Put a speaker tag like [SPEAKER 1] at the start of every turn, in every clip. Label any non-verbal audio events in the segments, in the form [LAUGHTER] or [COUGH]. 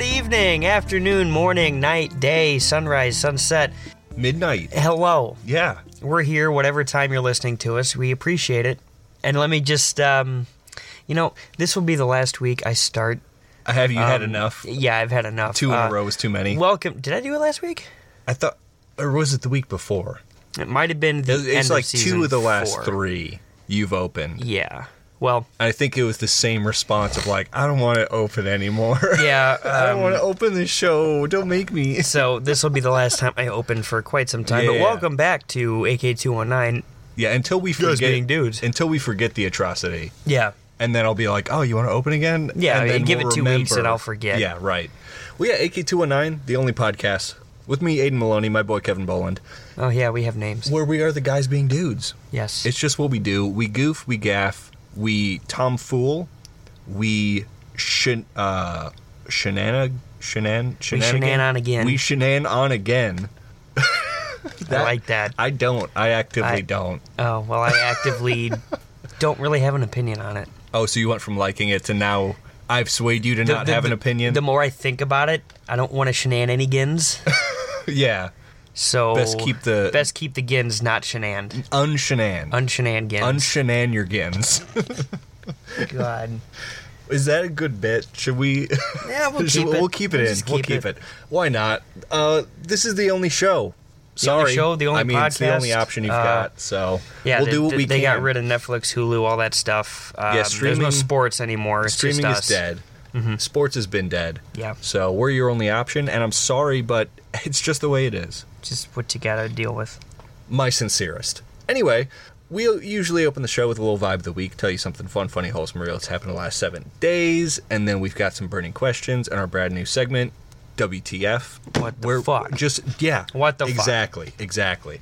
[SPEAKER 1] evening, afternoon, morning, night, day, sunrise, sunset.
[SPEAKER 2] Midnight.
[SPEAKER 1] Hello.
[SPEAKER 2] Yeah.
[SPEAKER 1] We're here, whatever time you're listening to us. We appreciate it. And let me just, um, you know, this will be the last week I start. Um,
[SPEAKER 2] I Have you had enough?
[SPEAKER 1] Yeah, I've had enough.
[SPEAKER 2] Two in
[SPEAKER 1] Uh,
[SPEAKER 2] a row is too many.
[SPEAKER 1] Welcome. Did I do it last week?
[SPEAKER 2] I thought, or was it the week before?
[SPEAKER 1] It might have been the
[SPEAKER 2] It-
[SPEAKER 1] end
[SPEAKER 2] It's like
[SPEAKER 1] of season
[SPEAKER 2] two of the last
[SPEAKER 1] four.
[SPEAKER 2] three you've opened.
[SPEAKER 1] Yeah. Well,
[SPEAKER 2] I think it was the same response of like, I don't want to open anymore.
[SPEAKER 1] yeah.
[SPEAKER 2] [LAUGHS] I don't
[SPEAKER 1] um,
[SPEAKER 2] want to open this show. Don't make me.
[SPEAKER 1] so this will be the last time I open for quite some time. but
[SPEAKER 2] Yeah.
[SPEAKER 1] welcome back to AK219.
[SPEAKER 2] Yeah, until we forget
[SPEAKER 1] being dudes.
[SPEAKER 2] Until we forget the atrocity,
[SPEAKER 1] Yeah.
[SPEAKER 2] and then I'll be like, "Oh, you want to open again?"
[SPEAKER 1] Yeah,
[SPEAKER 2] and then
[SPEAKER 1] give it two weeks and
[SPEAKER 2] remember.
[SPEAKER 1] I'll forget.
[SPEAKER 2] Yeah, right. Well, yeah, AK two one nine, the only podcast with me, Aiden Maloney, my boy Kevin Boland,
[SPEAKER 1] Oh, yeah, we have names.
[SPEAKER 2] where we are the guys being dudes.
[SPEAKER 1] yes.
[SPEAKER 2] It's just what we do. We goof, we gaff, we tomfool, we shen uh shenan shenan shenanigan?
[SPEAKER 1] shenan on again.
[SPEAKER 2] We shenan on again.
[SPEAKER 1] I like that.
[SPEAKER 2] I don't. I actively
[SPEAKER 1] I-
[SPEAKER 2] don't.
[SPEAKER 1] Oh, well, I actively [LAUGHS] don't really have an opinion on it.
[SPEAKER 2] Oh, so you went from liking it to now I've swayed you to
[SPEAKER 1] The-
[SPEAKER 2] not
[SPEAKER 1] the-
[SPEAKER 2] have an
[SPEAKER 1] the-
[SPEAKER 2] opinion.
[SPEAKER 1] The more I think about it, I don't want to shenanigans.
[SPEAKER 2] [LAUGHS] yeah,
[SPEAKER 1] So
[SPEAKER 2] Best keep the-
[SPEAKER 1] best keep the gins not shenaned,
[SPEAKER 2] unshenan,
[SPEAKER 1] unshenanigans.
[SPEAKER 2] unshenan your gins.
[SPEAKER 1] [LAUGHS] God.
[SPEAKER 2] Is that a good bit? Should we?
[SPEAKER 1] Yeah, we'll
[SPEAKER 2] [LAUGHS] Should-
[SPEAKER 1] keep it.
[SPEAKER 2] We'll keep it
[SPEAKER 1] We'll
[SPEAKER 2] in.
[SPEAKER 1] just
[SPEAKER 2] we'll
[SPEAKER 1] keep
[SPEAKER 2] keep
[SPEAKER 1] it.
[SPEAKER 2] it. Why not? Uh, this is the only show. Sorry,
[SPEAKER 1] only show, the only
[SPEAKER 2] I mean, it's the only
[SPEAKER 1] podcast.
[SPEAKER 2] option you've
[SPEAKER 1] Uh,
[SPEAKER 2] got. So
[SPEAKER 1] Yeah,
[SPEAKER 2] we'll
[SPEAKER 1] they,
[SPEAKER 2] do what
[SPEAKER 1] they-
[SPEAKER 2] we
[SPEAKER 1] they
[SPEAKER 2] can.
[SPEAKER 1] got rid of Netflix, Hulu, all that stuff. Um, there's no
[SPEAKER 2] streaming-
[SPEAKER 1] sports anymore. It's
[SPEAKER 2] Streaming
[SPEAKER 1] just
[SPEAKER 2] is
[SPEAKER 1] us.
[SPEAKER 2] dead. Sports has been dead.
[SPEAKER 1] Mm-hmm. Yeah.
[SPEAKER 2] So we're your only option, and I'm sorry, but [LAUGHS] it's just the way it is.
[SPEAKER 1] Just what you gotta deal with.
[SPEAKER 2] my sincerest. Anyway, we usually open the show with a little vibe of the week, tell you something fun, funny, wholesome, real that's happened in the last seven days, and then we've got some burning questions and our brand new segment, WTF.
[SPEAKER 1] What the
[SPEAKER 2] We're
[SPEAKER 1] fuck?
[SPEAKER 2] Just yeah.
[SPEAKER 1] What the fuck?
[SPEAKER 2] exactly, exactly.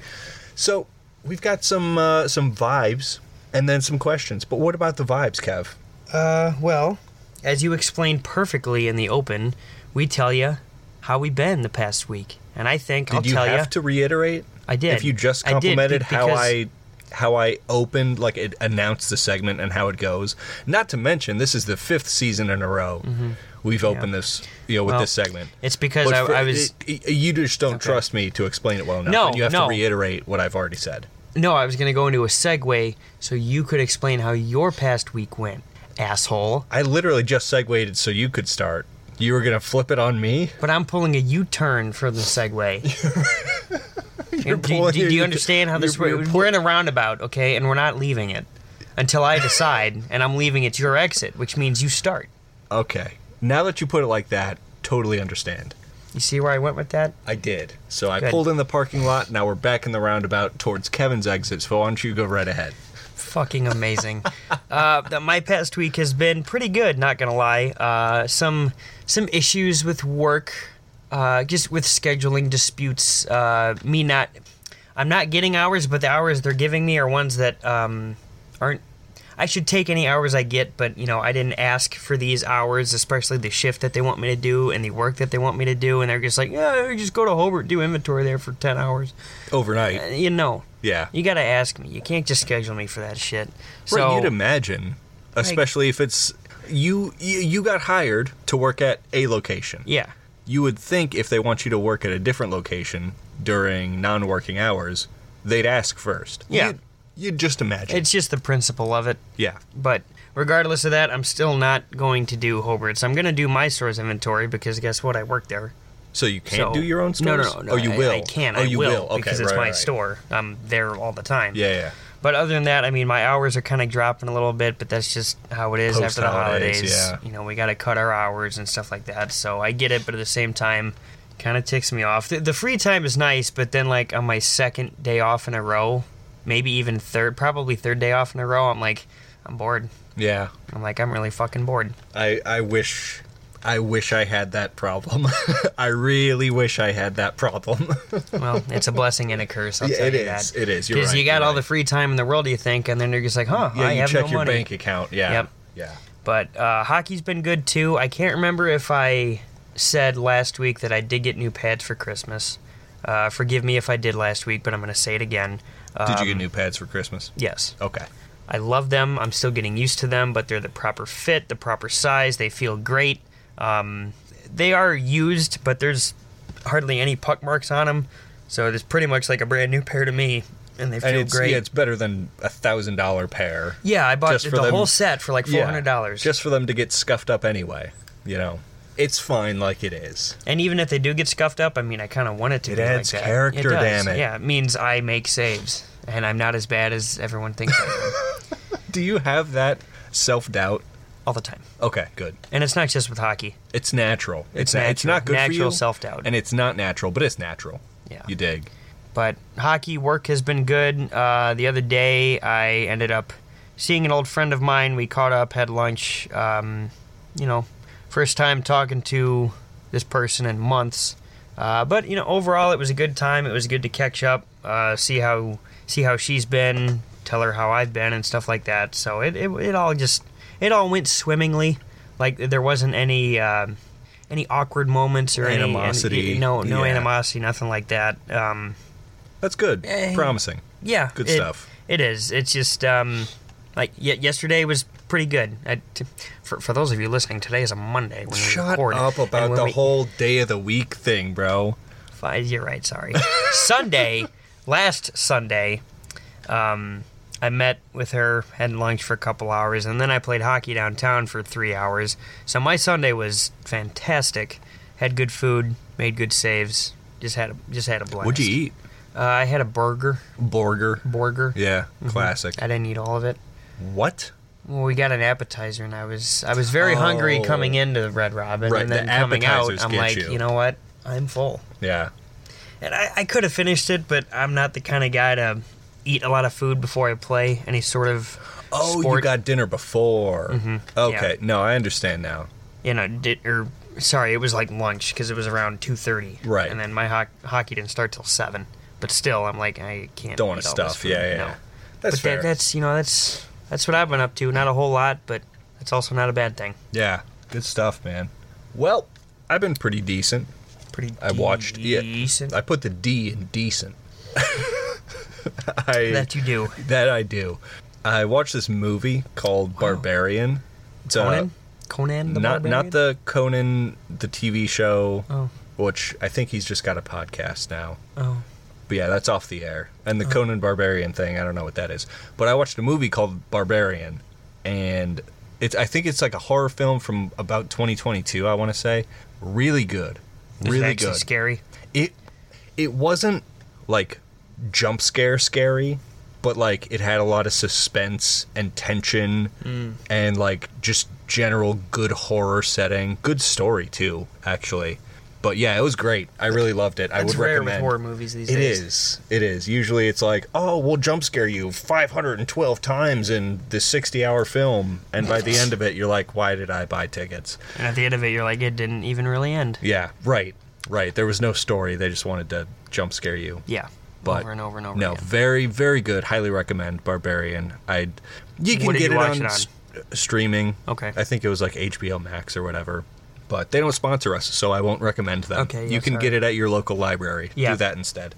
[SPEAKER 2] So we've got some uh, some vibes and then some questions. But what about the vibes, Kev?
[SPEAKER 1] Uh, well, as you explained perfectly in the open, we tell you how we been the past week, and I think
[SPEAKER 2] Did
[SPEAKER 1] I'll
[SPEAKER 2] you
[SPEAKER 1] tell
[SPEAKER 2] have
[SPEAKER 1] you.
[SPEAKER 2] to reiterate?
[SPEAKER 1] I did.
[SPEAKER 2] If you just
[SPEAKER 1] I did, be-
[SPEAKER 2] complimented how
[SPEAKER 1] because-
[SPEAKER 2] I how I opened, like it announced the segment and how it goes. Not to mention, this is the fifth season in a row we've opened this, you know, with
[SPEAKER 1] Mm-hmm. Well,
[SPEAKER 2] this segment.
[SPEAKER 1] It's because
[SPEAKER 2] But
[SPEAKER 1] I,
[SPEAKER 2] for-
[SPEAKER 1] I was
[SPEAKER 2] it- it- you just don't trust me to explain it well enough.
[SPEAKER 1] No,
[SPEAKER 2] and you have
[SPEAKER 1] no.
[SPEAKER 2] to reiterate what I've already said.
[SPEAKER 1] no, I was gonna go into a segue so you could explain how your past week went, asshole.
[SPEAKER 2] I literally just segued so you could start. You were gonna flip it on me.
[SPEAKER 1] But I'm pulling a U-turn for the
[SPEAKER 2] [LAUGHS]
[SPEAKER 1] segue. And do,
[SPEAKER 2] pulling
[SPEAKER 1] do,
[SPEAKER 2] a
[SPEAKER 1] do you
[SPEAKER 2] U-
[SPEAKER 1] understand how this
[SPEAKER 2] you're- you're
[SPEAKER 1] works? We're in a roundabout, okay, and we're not leaving it until I decide, and I'm leaving it your exit, which means you start.
[SPEAKER 2] Okay. Now that you put it like that, totally understand.
[SPEAKER 1] You see where I went with that?
[SPEAKER 2] I did. So I
[SPEAKER 1] Good.
[SPEAKER 2] pulled in the parking lot. Now we're back in the roundabout towards Kevin's exit. So why don't you go right ahead?
[SPEAKER 1] fucking amazing. [LAUGHS] uh, th- my past week has been pretty good, not gonna lie. Uh, some some issues with work, uh, just with scheduling disputes. Uh, me not, I'm not getting hours, but the hours they're giving me are ones that um, aren't. I should take any hours I get, but you know I didn't ask for these hours, especially the shift that they want me to do and the work that they want me to do, and they're just like, yeah, just go to Hobart, do inventory there for ten hours.
[SPEAKER 2] Overnight.
[SPEAKER 1] You know,
[SPEAKER 2] Yeah.
[SPEAKER 1] you gotta ask me. You can't just schedule me for that shit. So
[SPEAKER 2] right, you'd imagine, especially if it's you, you. You got hired to work at a location.
[SPEAKER 1] yeah,
[SPEAKER 2] You would think if they want you to work at a different location during non-working hours, they'd ask first.
[SPEAKER 1] Yeah.
[SPEAKER 2] You'd, you'd just imagine.
[SPEAKER 1] it's just the principle of it.
[SPEAKER 2] yeah.
[SPEAKER 1] But regardless of that, I'm still not going to do Hobart's. I'm gonna do my store's inventory because guess what? I work there.
[SPEAKER 2] So you
[SPEAKER 1] so
[SPEAKER 2] can't do your own
[SPEAKER 1] No,
[SPEAKER 2] stores.
[SPEAKER 1] no, no. no
[SPEAKER 2] Oh, you
[SPEAKER 1] I,
[SPEAKER 2] will.
[SPEAKER 1] I can.
[SPEAKER 2] Oh,
[SPEAKER 1] I
[SPEAKER 2] you
[SPEAKER 1] will,
[SPEAKER 2] Okay.
[SPEAKER 1] because it's
[SPEAKER 2] right,
[SPEAKER 1] my
[SPEAKER 2] right.
[SPEAKER 1] store. I'm there all the time.
[SPEAKER 2] Yeah. Yeah.
[SPEAKER 1] But other than that, I mean, my hours are kind of dropping a little bit, but that's just how it is
[SPEAKER 2] Post
[SPEAKER 1] after the
[SPEAKER 2] holidays,
[SPEAKER 1] holidays.
[SPEAKER 2] yeah.
[SPEAKER 1] You know, we got to cut our hours and stuff like that. So I get it, but at the same time, kind of ticks me off. The, the free time is nice, but then, like, on my second day off in a row, maybe even third, probably third day off in a row, I'm like, I'm bored.
[SPEAKER 2] Yeah.
[SPEAKER 1] I'm like, I'm really fucking bored.
[SPEAKER 2] I, I wish I wish I had that problem. [LAUGHS] I really wish I had that problem. [LAUGHS]
[SPEAKER 1] Well, it's a blessing and a curse. I'll
[SPEAKER 2] Yeah,
[SPEAKER 1] tell
[SPEAKER 2] it
[SPEAKER 1] you
[SPEAKER 2] is.
[SPEAKER 1] that.
[SPEAKER 2] It is. You're
[SPEAKER 1] Because
[SPEAKER 2] right.
[SPEAKER 1] you got
[SPEAKER 2] You're
[SPEAKER 1] all
[SPEAKER 2] right.
[SPEAKER 1] the free time in the world, you think, and then you're just like, huh,
[SPEAKER 2] yeah,
[SPEAKER 1] I
[SPEAKER 2] you
[SPEAKER 1] have
[SPEAKER 2] check
[SPEAKER 1] no
[SPEAKER 2] your
[SPEAKER 1] money.
[SPEAKER 2] bank account. Yeah.
[SPEAKER 1] Yep.
[SPEAKER 2] Yeah.
[SPEAKER 1] But uh, hockey's been good too. I can't remember if I said last week that I did get new pads for Christmas. Uh, forgive me if I did last week, but I'm going to say it again. Uh,
[SPEAKER 2] Did you get new pads for Christmas?
[SPEAKER 1] yes.
[SPEAKER 2] Okay.
[SPEAKER 1] I love them. I'm still getting used to them, but they're the proper fit, the proper size. They feel great. Um, they are used, but there's hardly any puck marks on them, so it's pretty much like a brand new pair to me, and they feel
[SPEAKER 2] and it's,
[SPEAKER 1] great.
[SPEAKER 2] yeah, it's better than a thousand dollar pair.
[SPEAKER 1] Yeah, I bought
[SPEAKER 2] Just
[SPEAKER 1] the
[SPEAKER 2] for them-
[SPEAKER 1] whole set for like four
[SPEAKER 2] Yeah,
[SPEAKER 1] hundred dollars.
[SPEAKER 2] just for them to get scuffed up anyway. You know, it's fine like it is.
[SPEAKER 1] and even if they do get scuffed up, I mean, I kind of want it to.
[SPEAKER 2] It
[SPEAKER 1] be like
[SPEAKER 2] adds
[SPEAKER 1] that.
[SPEAKER 2] character,
[SPEAKER 1] does.
[SPEAKER 2] damn it.
[SPEAKER 1] Yeah, it means I make saves, and I'm not as bad as everyone thinks I am
[SPEAKER 2] Do you have that self doubt?
[SPEAKER 1] all the time.
[SPEAKER 2] Okay, good.
[SPEAKER 1] And it's not just with hockey.
[SPEAKER 2] It's natural.
[SPEAKER 1] It's
[SPEAKER 2] It's, na- it's
[SPEAKER 1] natural.
[SPEAKER 2] not good for
[SPEAKER 1] Natural
[SPEAKER 2] you.
[SPEAKER 1] self-doubt.
[SPEAKER 2] and it's not natural, but it's natural.
[SPEAKER 1] Yeah.
[SPEAKER 2] you dig.
[SPEAKER 1] but hockey work has been good. Uh, the other day, I ended up seeing an old friend of mine. We caught up, had lunch. Um, you know, first time talking to this person in months. Uh, but you know, overall, it was a good time. It was good to catch up, uh, see how see how she's been, tell her how I've been, and stuff like that. So it it, it all just it all went swimmingly. Like there wasn't any um any awkward moments or any-
[SPEAKER 2] Animosity.
[SPEAKER 1] Any, no, no
[SPEAKER 2] Yeah.
[SPEAKER 1] animosity, nothing like that. Um,
[SPEAKER 2] That's good.
[SPEAKER 1] Eh.
[SPEAKER 2] Promising.
[SPEAKER 1] yeah,
[SPEAKER 2] Good
[SPEAKER 1] it-
[SPEAKER 2] stuff.
[SPEAKER 1] It is. It's just um, like y- yesterday was pretty good. I t for for those of you listening, today is a Monday. When we
[SPEAKER 2] Shut
[SPEAKER 1] record,
[SPEAKER 2] up
[SPEAKER 1] and
[SPEAKER 2] about
[SPEAKER 1] when
[SPEAKER 2] the
[SPEAKER 1] we-
[SPEAKER 2] whole day of the week thing, bro.
[SPEAKER 1] Fi- You're right. Sorry. [LAUGHS] Sunday, last Sunday, um, I met with her, had lunch for a couple hours, and then I played hockey downtown for three hours. So my Sunday was fantastic. Had good food, made good saves. Just had a just had a blast.
[SPEAKER 2] What'd you eat?
[SPEAKER 1] Uh, I had a burger.
[SPEAKER 2] Burger.
[SPEAKER 1] Burger.
[SPEAKER 2] Yeah, classic.
[SPEAKER 1] I didn't eat all of it.
[SPEAKER 2] What?
[SPEAKER 1] Well, we got an appetizer, and I was I was very hungry
[SPEAKER 2] Oh.
[SPEAKER 1] coming into Red Robin,
[SPEAKER 2] Right,
[SPEAKER 1] and
[SPEAKER 2] the
[SPEAKER 1] then coming out,
[SPEAKER 2] appetizers
[SPEAKER 1] I'm
[SPEAKER 2] get
[SPEAKER 1] like,
[SPEAKER 2] you.
[SPEAKER 1] you. know what, I'm full,
[SPEAKER 2] Yeah.
[SPEAKER 1] and I, I could have finished it, but I'm not the kind of guy to eat a lot of food before I play any sort of
[SPEAKER 2] Oh, you
[SPEAKER 1] sport. Mm-hmm.
[SPEAKER 2] got dinner before. Okay,
[SPEAKER 1] yeah.
[SPEAKER 2] no, I understand now.
[SPEAKER 1] you know did, or sorry, it was like lunch because it was around two thirty,
[SPEAKER 2] Right.
[SPEAKER 1] and then my ho- hockey didn't start till seven, but still, I'm like, I can't
[SPEAKER 2] Don't want
[SPEAKER 1] eat
[SPEAKER 2] to
[SPEAKER 1] all this
[SPEAKER 2] stuff.
[SPEAKER 1] food,
[SPEAKER 2] Yeah, yeah,
[SPEAKER 1] no.
[SPEAKER 2] yeah. That's
[SPEAKER 1] but
[SPEAKER 2] fair.
[SPEAKER 1] that, that's you know that's that's what I've been up to, not a whole lot, but that's also not a bad thing.
[SPEAKER 2] yeah, good stuff, man. Well, I've been pretty decent.
[SPEAKER 1] Pretty
[SPEAKER 2] I watched.
[SPEAKER 1] decent.
[SPEAKER 2] Yeah, I put the D in decent. [LAUGHS] I
[SPEAKER 1] that you do.
[SPEAKER 2] that I do. I watched this movie called Barbarian. It's a-
[SPEAKER 1] Conan? Conan the
[SPEAKER 2] Uh, not
[SPEAKER 1] Barbarian?
[SPEAKER 2] not the Conan the TV show,
[SPEAKER 1] Oh.
[SPEAKER 2] which I think he's just got a podcast now.
[SPEAKER 1] Oh.
[SPEAKER 2] But yeah, that's off the air. And the Conan Barbarian thing, I don't know what that is. But I watched a movie called Barbarian, and it's I think it's like a horror film from about 2022. I want to say, really good,
[SPEAKER 1] Is it
[SPEAKER 2] really
[SPEAKER 1] actually
[SPEAKER 2] good.
[SPEAKER 1] scary?
[SPEAKER 2] It it wasn't like jump scare scary, but like it had a lot of suspense and tension,
[SPEAKER 1] Mm.
[SPEAKER 2] and like just general good horror setting, good story too, actually. But yeah, it was great. I really loved it. I
[SPEAKER 1] It's
[SPEAKER 2] would
[SPEAKER 1] rare
[SPEAKER 2] recommend.
[SPEAKER 1] with horror movies these
[SPEAKER 2] It
[SPEAKER 1] days.
[SPEAKER 2] is. It is. Usually it's like, oh, we'll jump scare you 512 times in this 60 hour film. And by the end of it, you're like, why did I buy tickets?
[SPEAKER 1] And at the end of it, you're like, it didn't even really end.
[SPEAKER 2] Yeah, right. Right. There was no story. They just wanted to jump scare you.
[SPEAKER 1] Yeah.
[SPEAKER 2] But
[SPEAKER 1] over and over and over
[SPEAKER 2] No,
[SPEAKER 1] again.
[SPEAKER 2] very, very good. Highly recommend Barbarian. I you can
[SPEAKER 1] What did
[SPEAKER 2] get
[SPEAKER 1] you
[SPEAKER 2] it,
[SPEAKER 1] watch
[SPEAKER 2] on
[SPEAKER 1] it on?
[SPEAKER 2] s- uh, streaming.
[SPEAKER 1] Okay.
[SPEAKER 2] I think it was like HBO Max or whatever. But they don't sponsor us, so I won't recommend them.
[SPEAKER 1] Okay, yeah,
[SPEAKER 2] you can
[SPEAKER 1] sorry.
[SPEAKER 2] get it at your local library.
[SPEAKER 1] Yeah.
[SPEAKER 2] Do that instead.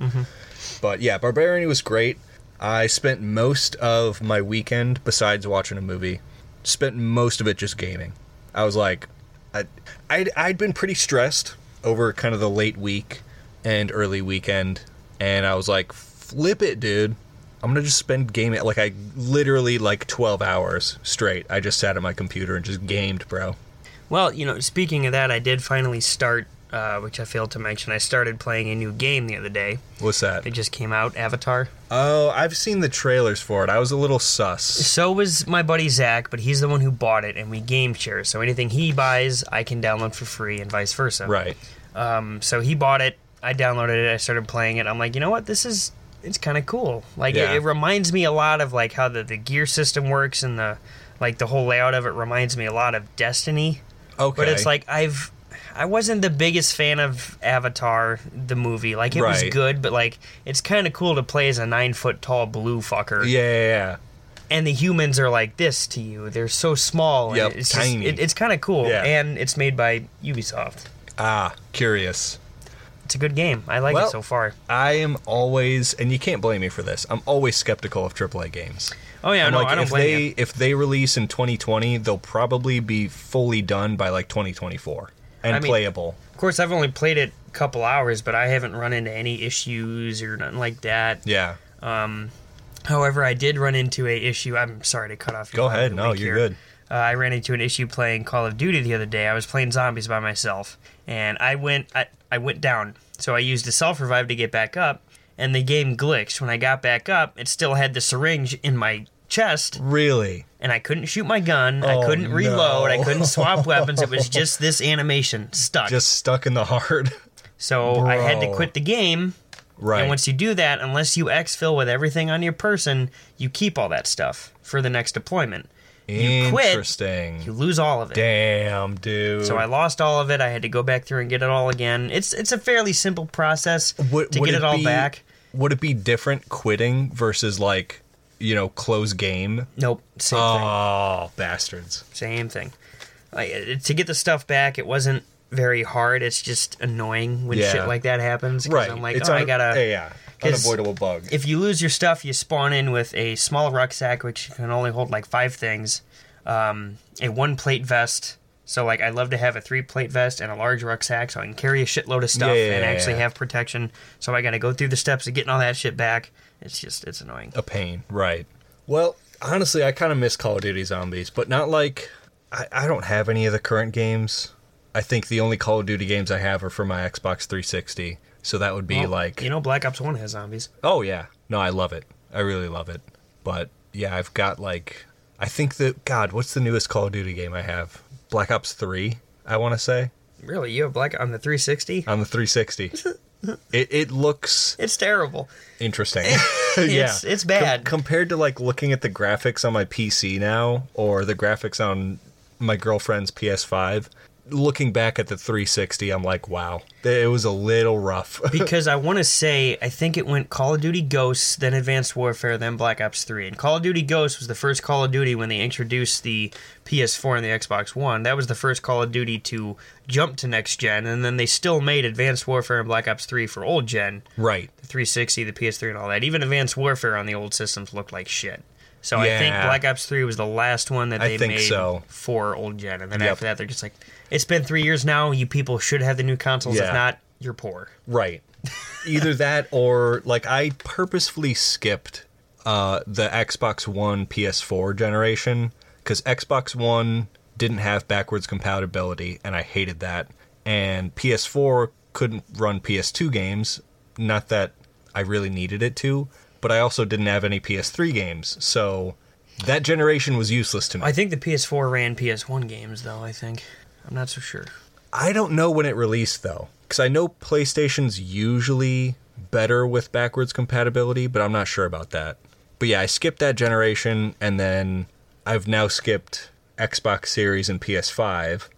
[SPEAKER 2] But yeah, Barbarian was great. I spent most of my weekend, besides watching a movie, spent most of it just gaming. I was like, I, I'd, I'd been pretty stressed over kind of the late week and early weekend, and I was like, flip it, dude. I'm gonna just spend gaming. Like I literally like 12 hours straight. I just sat at my computer and just gamed, bro.
[SPEAKER 1] Well, you know, speaking of that, I did finally start, uh, which I failed to mention, I started playing a new game the other day.
[SPEAKER 2] What's that?
[SPEAKER 1] It just came out, Avatar.
[SPEAKER 2] Oh, I've seen the trailers for it. I was a little sus.
[SPEAKER 1] So was my buddy Zach, but he's the one who bought it, and we game share. So anything he buys, I can download for free, and vice versa.
[SPEAKER 2] Right.
[SPEAKER 1] Um, so he bought it. I downloaded it. I started playing it. I'm like, you know what? This is it's kind of cool. Like
[SPEAKER 2] Yeah.
[SPEAKER 1] it, it reminds me a lot of like how the, the gear system works and the like the whole layout of it reminds me a lot of Destiny.
[SPEAKER 2] Okay.
[SPEAKER 1] But it's like I've I wasn't the biggest fan of Avatar the movie. Like it was
[SPEAKER 2] Right.
[SPEAKER 1] good, but like it's kind of cool to play as a nine foot tall blue fucker.
[SPEAKER 2] Yeah, yeah, yeah.
[SPEAKER 1] And the humans are like this to you. They're so small. and
[SPEAKER 2] Yep,
[SPEAKER 1] it's
[SPEAKER 2] tiny.
[SPEAKER 1] Just, it, it's kind of cool.
[SPEAKER 2] Yeah.
[SPEAKER 1] And it's made by Ubisoft.
[SPEAKER 2] Ah, curious.
[SPEAKER 1] It's a good game. I like
[SPEAKER 2] Well,
[SPEAKER 1] it so far.
[SPEAKER 2] I am always, and you can't blame me for this. I'm always skeptical of AAA games.
[SPEAKER 1] Oh yeah,
[SPEAKER 2] I'm
[SPEAKER 1] no,
[SPEAKER 2] like,
[SPEAKER 1] I don't
[SPEAKER 2] if
[SPEAKER 1] blame
[SPEAKER 2] they
[SPEAKER 1] you.
[SPEAKER 2] if they release in 2020, they'll probably be fully done by like 2024. and
[SPEAKER 1] I mean-
[SPEAKER 2] playable.
[SPEAKER 1] Of course, I've only played it a couple hours, but I haven't run into any issues or nothing like that.
[SPEAKER 2] Yeah.
[SPEAKER 1] However, I did run into a issue. I'm sorry to cut off. your
[SPEAKER 2] Go
[SPEAKER 1] thought
[SPEAKER 2] ahead.
[SPEAKER 1] of the
[SPEAKER 2] No,
[SPEAKER 1] week
[SPEAKER 2] you're
[SPEAKER 1] here.
[SPEAKER 2] good.
[SPEAKER 1] Uh, I ran into an issue playing Call of Duty the other day. I was playing zombies by myself, and I went I, I went down. So I used a self revive to get back up, and the game glitched. When I got back up, it still had the syringe in my chest,
[SPEAKER 2] Really?
[SPEAKER 1] and I couldn't shoot my gun.
[SPEAKER 2] Oh,
[SPEAKER 1] I couldn't
[SPEAKER 2] no.
[SPEAKER 1] reload. I couldn't swap weapons. It
[SPEAKER 2] [LAUGHS]
[SPEAKER 1] was just this animation stuck.
[SPEAKER 2] Just stuck in the heart. [LAUGHS]
[SPEAKER 1] so I had to
[SPEAKER 2] Bro.
[SPEAKER 1] quit the game.
[SPEAKER 2] right.
[SPEAKER 1] And once you do that, unless you exfil with everything on your person, you keep all that stuff for the next deployment. You quit,
[SPEAKER 2] Interesting.
[SPEAKER 1] you lose all of it.
[SPEAKER 2] Damn, dude.
[SPEAKER 1] So I lost all of it. I had to go back through and get it all again. It's it's a fairly simple process to get it, all
[SPEAKER 2] be-
[SPEAKER 1] back.
[SPEAKER 2] Would it be different quitting versus like, you know, close game?
[SPEAKER 1] Nope, same thing.
[SPEAKER 2] Oh, bastards.
[SPEAKER 1] Same thing. Like, it- to get the stuff back, it wasn't very hard. It's just annoying when
[SPEAKER 2] Yeah.
[SPEAKER 1] shit like that happens. 'cause
[SPEAKER 2] Right.
[SPEAKER 1] I'm like,
[SPEAKER 2] it's
[SPEAKER 1] oh,
[SPEAKER 2] un-
[SPEAKER 1] I gotta.
[SPEAKER 2] yeah, yeah.
[SPEAKER 1] 'cause
[SPEAKER 2] unavoidable bug.
[SPEAKER 1] if you lose your stuff, you spawn in with a small rucksack, which can only hold like five things, um, a one plate vest. So, like, I love to have a three plate vest and a large rucksack so I can carry a shitload of stuff
[SPEAKER 2] Yeah, yeah,
[SPEAKER 1] and
[SPEAKER 2] yeah,
[SPEAKER 1] actually
[SPEAKER 2] yeah.
[SPEAKER 1] have protection. So, I got to go through the steps of getting all that shit back. It's just, it's annoying.
[SPEAKER 2] a pain, right? Well, honestly, I kind of miss Call of Duty Zombies, but not like I, I don't have any of the current games. I think the only Call of Duty games I have are for my Xbox 360. So that would be like
[SPEAKER 1] You know, Black Ops 1 has zombies.
[SPEAKER 2] Oh yeah. No, I love it. I really love it. But yeah, I've got like I think that God, what's the newest Call of Duty game I have? Black Ops 3, I want to say,
[SPEAKER 1] Really? You have Black on the 360?
[SPEAKER 2] on
[SPEAKER 1] [LAUGHS]
[SPEAKER 2] the 360. it it looks
[SPEAKER 1] It's terrible. [LAUGHS]
[SPEAKER 2] interesting.
[SPEAKER 1] It's- it's bad.
[SPEAKER 2] Com- compared to like looking at the graphics on my PC now or the graphics on my girlfriend's PS5. Looking back at the 360, I'm like, wow, it was a little rough. [LAUGHS]
[SPEAKER 1] because I want to say I think it went Call of Duty Ghosts, then Advanced Warfare, then Black Ops 3. And Call of Duty Ghosts was the first Call of Duty when they introduced the PS4 and the Xbox One. That was the first Call of Duty to jump to next gen, and then they still made Advanced Warfare and Black Ops 3 for old gen,
[SPEAKER 2] right.
[SPEAKER 1] the 360, the PS3, and all that. Even Advanced Warfare on the old systems looked like shit. So I think
[SPEAKER 2] Yeah.
[SPEAKER 1] Black Ops 3 was the last one that
[SPEAKER 2] I
[SPEAKER 1] they
[SPEAKER 2] think
[SPEAKER 1] made
[SPEAKER 2] so.
[SPEAKER 1] for old gen, and then
[SPEAKER 2] Yep.
[SPEAKER 1] after that they're just like, it's been three years now. You people should have the new consoles.
[SPEAKER 2] Yeah.
[SPEAKER 1] If not, you're poor.
[SPEAKER 2] Right. Either that or like I purposefully skipped uh, the Xbox One PS4 generation because Xbox One didn't have backwards compatibility and I hated that. And PS4 couldn't run PS2 games. Not that I really needed it to, but I also didn't have any PS3 games. So that generation was useless to me.
[SPEAKER 1] I think the PS4 ran PS1 games, though. I think I'm not so sure.
[SPEAKER 2] I don't know when it released though, because I know PlayStation's usually better with backwards compatibility, but I'm not sure about that. But yeah, I skipped that generation, and then I've now skipped Xbox Series and PS5. Of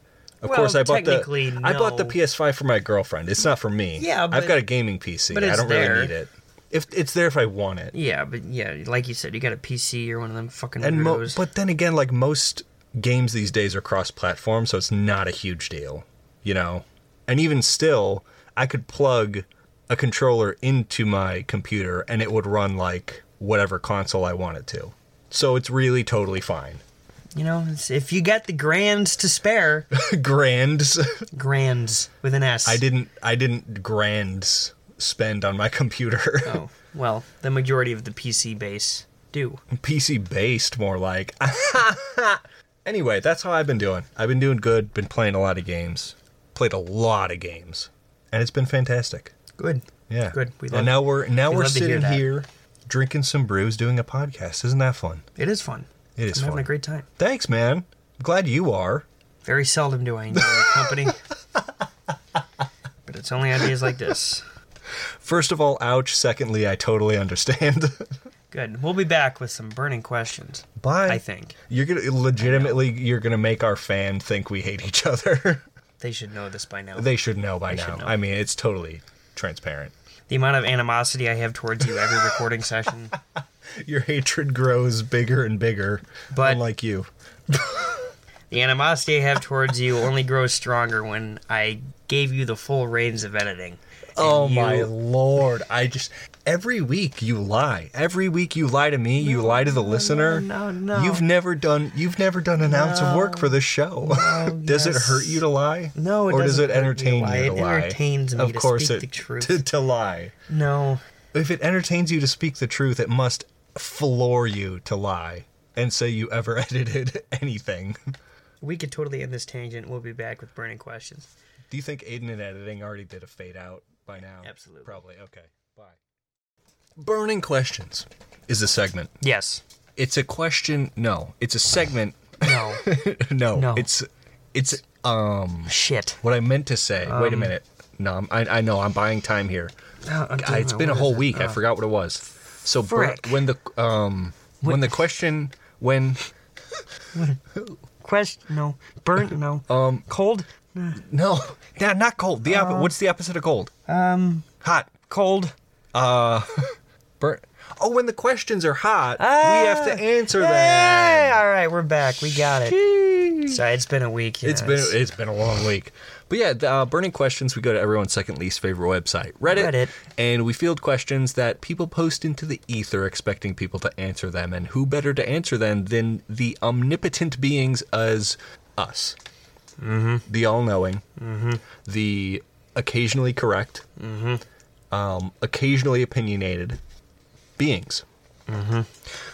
[SPEAKER 1] Well,
[SPEAKER 2] course, I bought the
[SPEAKER 1] technically,
[SPEAKER 2] I bought the
[SPEAKER 1] no.
[SPEAKER 2] PS5 for my girlfriend. It's not for me.
[SPEAKER 1] Yeah,
[SPEAKER 2] I've
[SPEAKER 1] but-
[SPEAKER 2] got a gaming PC.
[SPEAKER 1] but
[SPEAKER 2] I
[SPEAKER 1] it's
[SPEAKER 2] don't
[SPEAKER 1] there.
[SPEAKER 2] really need it. If it's there, if I want it,
[SPEAKER 1] Yeah, but yeah, like you said, you got a PC or one of them fucking
[SPEAKER 2] and mo-
[SPEAKER 1] weirdos.
[SPEAKER 2] but then again, like most games these days are cross-platform, so it's not a huge deal, you know. And even still, I could plug a controller into my computer and it would run like whatever console I want it to. So it's really totally fine.
[SPEAKER 1] you know, it's, if you got the grands to
[SPEAKER 2] [LAUGHS]
[SPEAKER 1] spare,
[SPEAKER 2] grands.
[SPEAKER 1] grands with an S.
[SPEAKER 2] I didn't I didn't grands spend on my computer.
[SPEAKER 1] Oh, well, the majority of the PC base do.
[SPEAKER 2] PC based more like. [LAUGHS] anyway, that's how I've been doing. I've been doing good, been playing a lot of games. Played a lot of games. And it's been fantastic.
[SPEAKER 1] Good.
[SPEAKER 2] Yeah.
[SPEAKER 1] Good. We love
[SPEAKER 2] and now we're now
[SPEAKER 1] we
[SPEAKER 2] we're
[SPEAKER 1] love to hear
[SPEAKER 2] sitting
[SPEAKER 1] that.
[SPEAKER 2] here drinking some brews doing a podcast. Isn't that fun?
[SPEAKER 1] it. is fun.
[SPEAKER 2] It is
[SPEAKER 1] I'm having
[SPEAKER 2] fun.
[SPEAKER 1] a great time.
[SPEAKER 2] Thanks, man. I'm glad you are.
[SPEAKER 1] Very seldom do I enjoy the
[SPEAKER 2] [LAUGHS]
[SPEAKER 1] company. But it's only ideas like this.
[SPEAKER 2] First of all, ouch. Secondly, I totally understand. [LAUGHS]
[SPEAKER 1] Good. We'll be back with some burning questions.
[SPEAKER 2] Bye.
[SPEAKER 1] I think.
[SPEAKER 2] You're gonna legitimately you're gonna make our fan think we hate each other. [LAUGHS]
[SPEAKER 1] They should know this by now.
[SPEAKER 2] they should know by now.
[SPEAKER 1] know.
[SPEAKER 2] I mean, it's totally transparent.
[SPEAKER 1] the amount of animosity I have towards you every
[SPEAKER 2] [LAUGHS]
[SPEAKER 1] recording session.
[SPEAKER 2] your hatred grows bigger and bigger.
[SPEAKER 1] But-
[SPEAKER 2] unlike you,
[SPEAKER 1] The animosity I have towards you only grows stronger when I gave you the full reins of editing.
[SPEAKER 2] Oh
[SPEAKER 1] And
[SPEAKER 2] my
[SPEAKER 1] you-
[SPEAKER 2] lord! I just every week you lie. Every week you lie to me. you lie to the listener.
[SPEAKER 1] no, no.
[SPEAKER 2] You've never done. You've never done an ounce of work for this show. [LAUGHS] does it
[SPEAKER 1] yes.
[SPEAKER 2] hurt you to lie?
[SPEAKER 1] No, it
[SPEAKER 2] or does
[SPEAKER 1] doesn't
[SPEAKER 2] it
[SPEAKER 1] hurt me to
[SPEAKER 2] entertain
[SPEAKER 1] lie.
[SPEAKER 2] you to
[SPEAKER 1] It
[SPEAKER 2] lie?
[SPEAKER 1] entertains me
[SPEAKER 2] of
[SPEAKER 1] to
[SPEAKER 2] course
[SPEAKER 1] speak
[SPEAKER 2] it,
[SPEAKER 1] the truth.
[SPEAKER 2] To, to lie.
[SPEAKER 1] No.
[SPEAKER 2] If it entertains you to speak the truth, it must floor you to lie and say you ever [LAUGHS] edited anything.
[SPEAKER 1] We could totally end this tangent. We'll be back with burning questions.
[SPEAKER 2] Do you think Aiden in editing already did a fade out by now?
[SPEAKER 1] Absolutely.
[SPEAKER 2] Probably. Okay. Bye. Burning questions is a segment.
[SPEAKER 1] Yes.
[SPEAKER 2] It's a question. No, it's a segment. [LAUGHS]
[SPEAKER 1] No.
[SPEAKER 2] no,
[SPEAKER 1] No.
[SPEAKER 2] it's it's um
[SPEAKER 1] Shit.
[SPEAKER 2] what I meant to say. Wait
[SPEAKER 1] Um,
[SPEAKER 2] a minute. No, I'm, I I know I'm buying time here.
[SPEAKER 1] No, Ah, I'm
[SPEAKER 2] I,
[SPEAKER 1] doing
[SPEAKER 2] it's
[SPEAKER 1] my-
[SPEAKER 2] been a
[SPEAKER 1] what is
[SPEAKER 2] whole
[SPEAKER 1] it? Uh,
[SPEAKER 2] week. I forgot what it was. So bur-
[SPEAKER 1] Frick.
[SPEAKER 2] when the um when the question when
[SPEAKER 1] Quest? No. Burnt? No.
[SPEAKER 2] [LAUGHS] Oh,
[SPEAKER 1] Um. Cold?
[SPEAKER 2] [SIGHS]
[SPEAKER 1] Uh.
[SPEAKER 2] no yeah not cold the oppo- what's the opposite of cold
[SPEAKER 1] Um.
[SPEAKER 2] hot
[SPEAKER 1] Cold.
[SPEAKER 2] [LAUGHS] Burn. Oh, when the questions are hot, we have to
[SPEAKER 1] Ah.
[SPEAKER 2] answer
[SPEAKER 1] Hey,
[SPEAKER 2] them.
[SPEAKER 1] all right, we're back. We got it. Sorry, it's been a week. you
[SPEAKER 2] It's
[SPEAKER 1] know,
[SPEAKER 2] been it's been a long week, but yeah, the, uh, burning questions. We go to everyone's second least favorite website, Reddit,
[SPEAKER 1] Reddit.
[SPEAKER 2] and we field questions that people post into the ether, expecting people to answer them. And who better to answer them than the omnipotent beings as us, mm-hmm. the all-knowing, the occasionally correct, um, occasionally opinionated beings.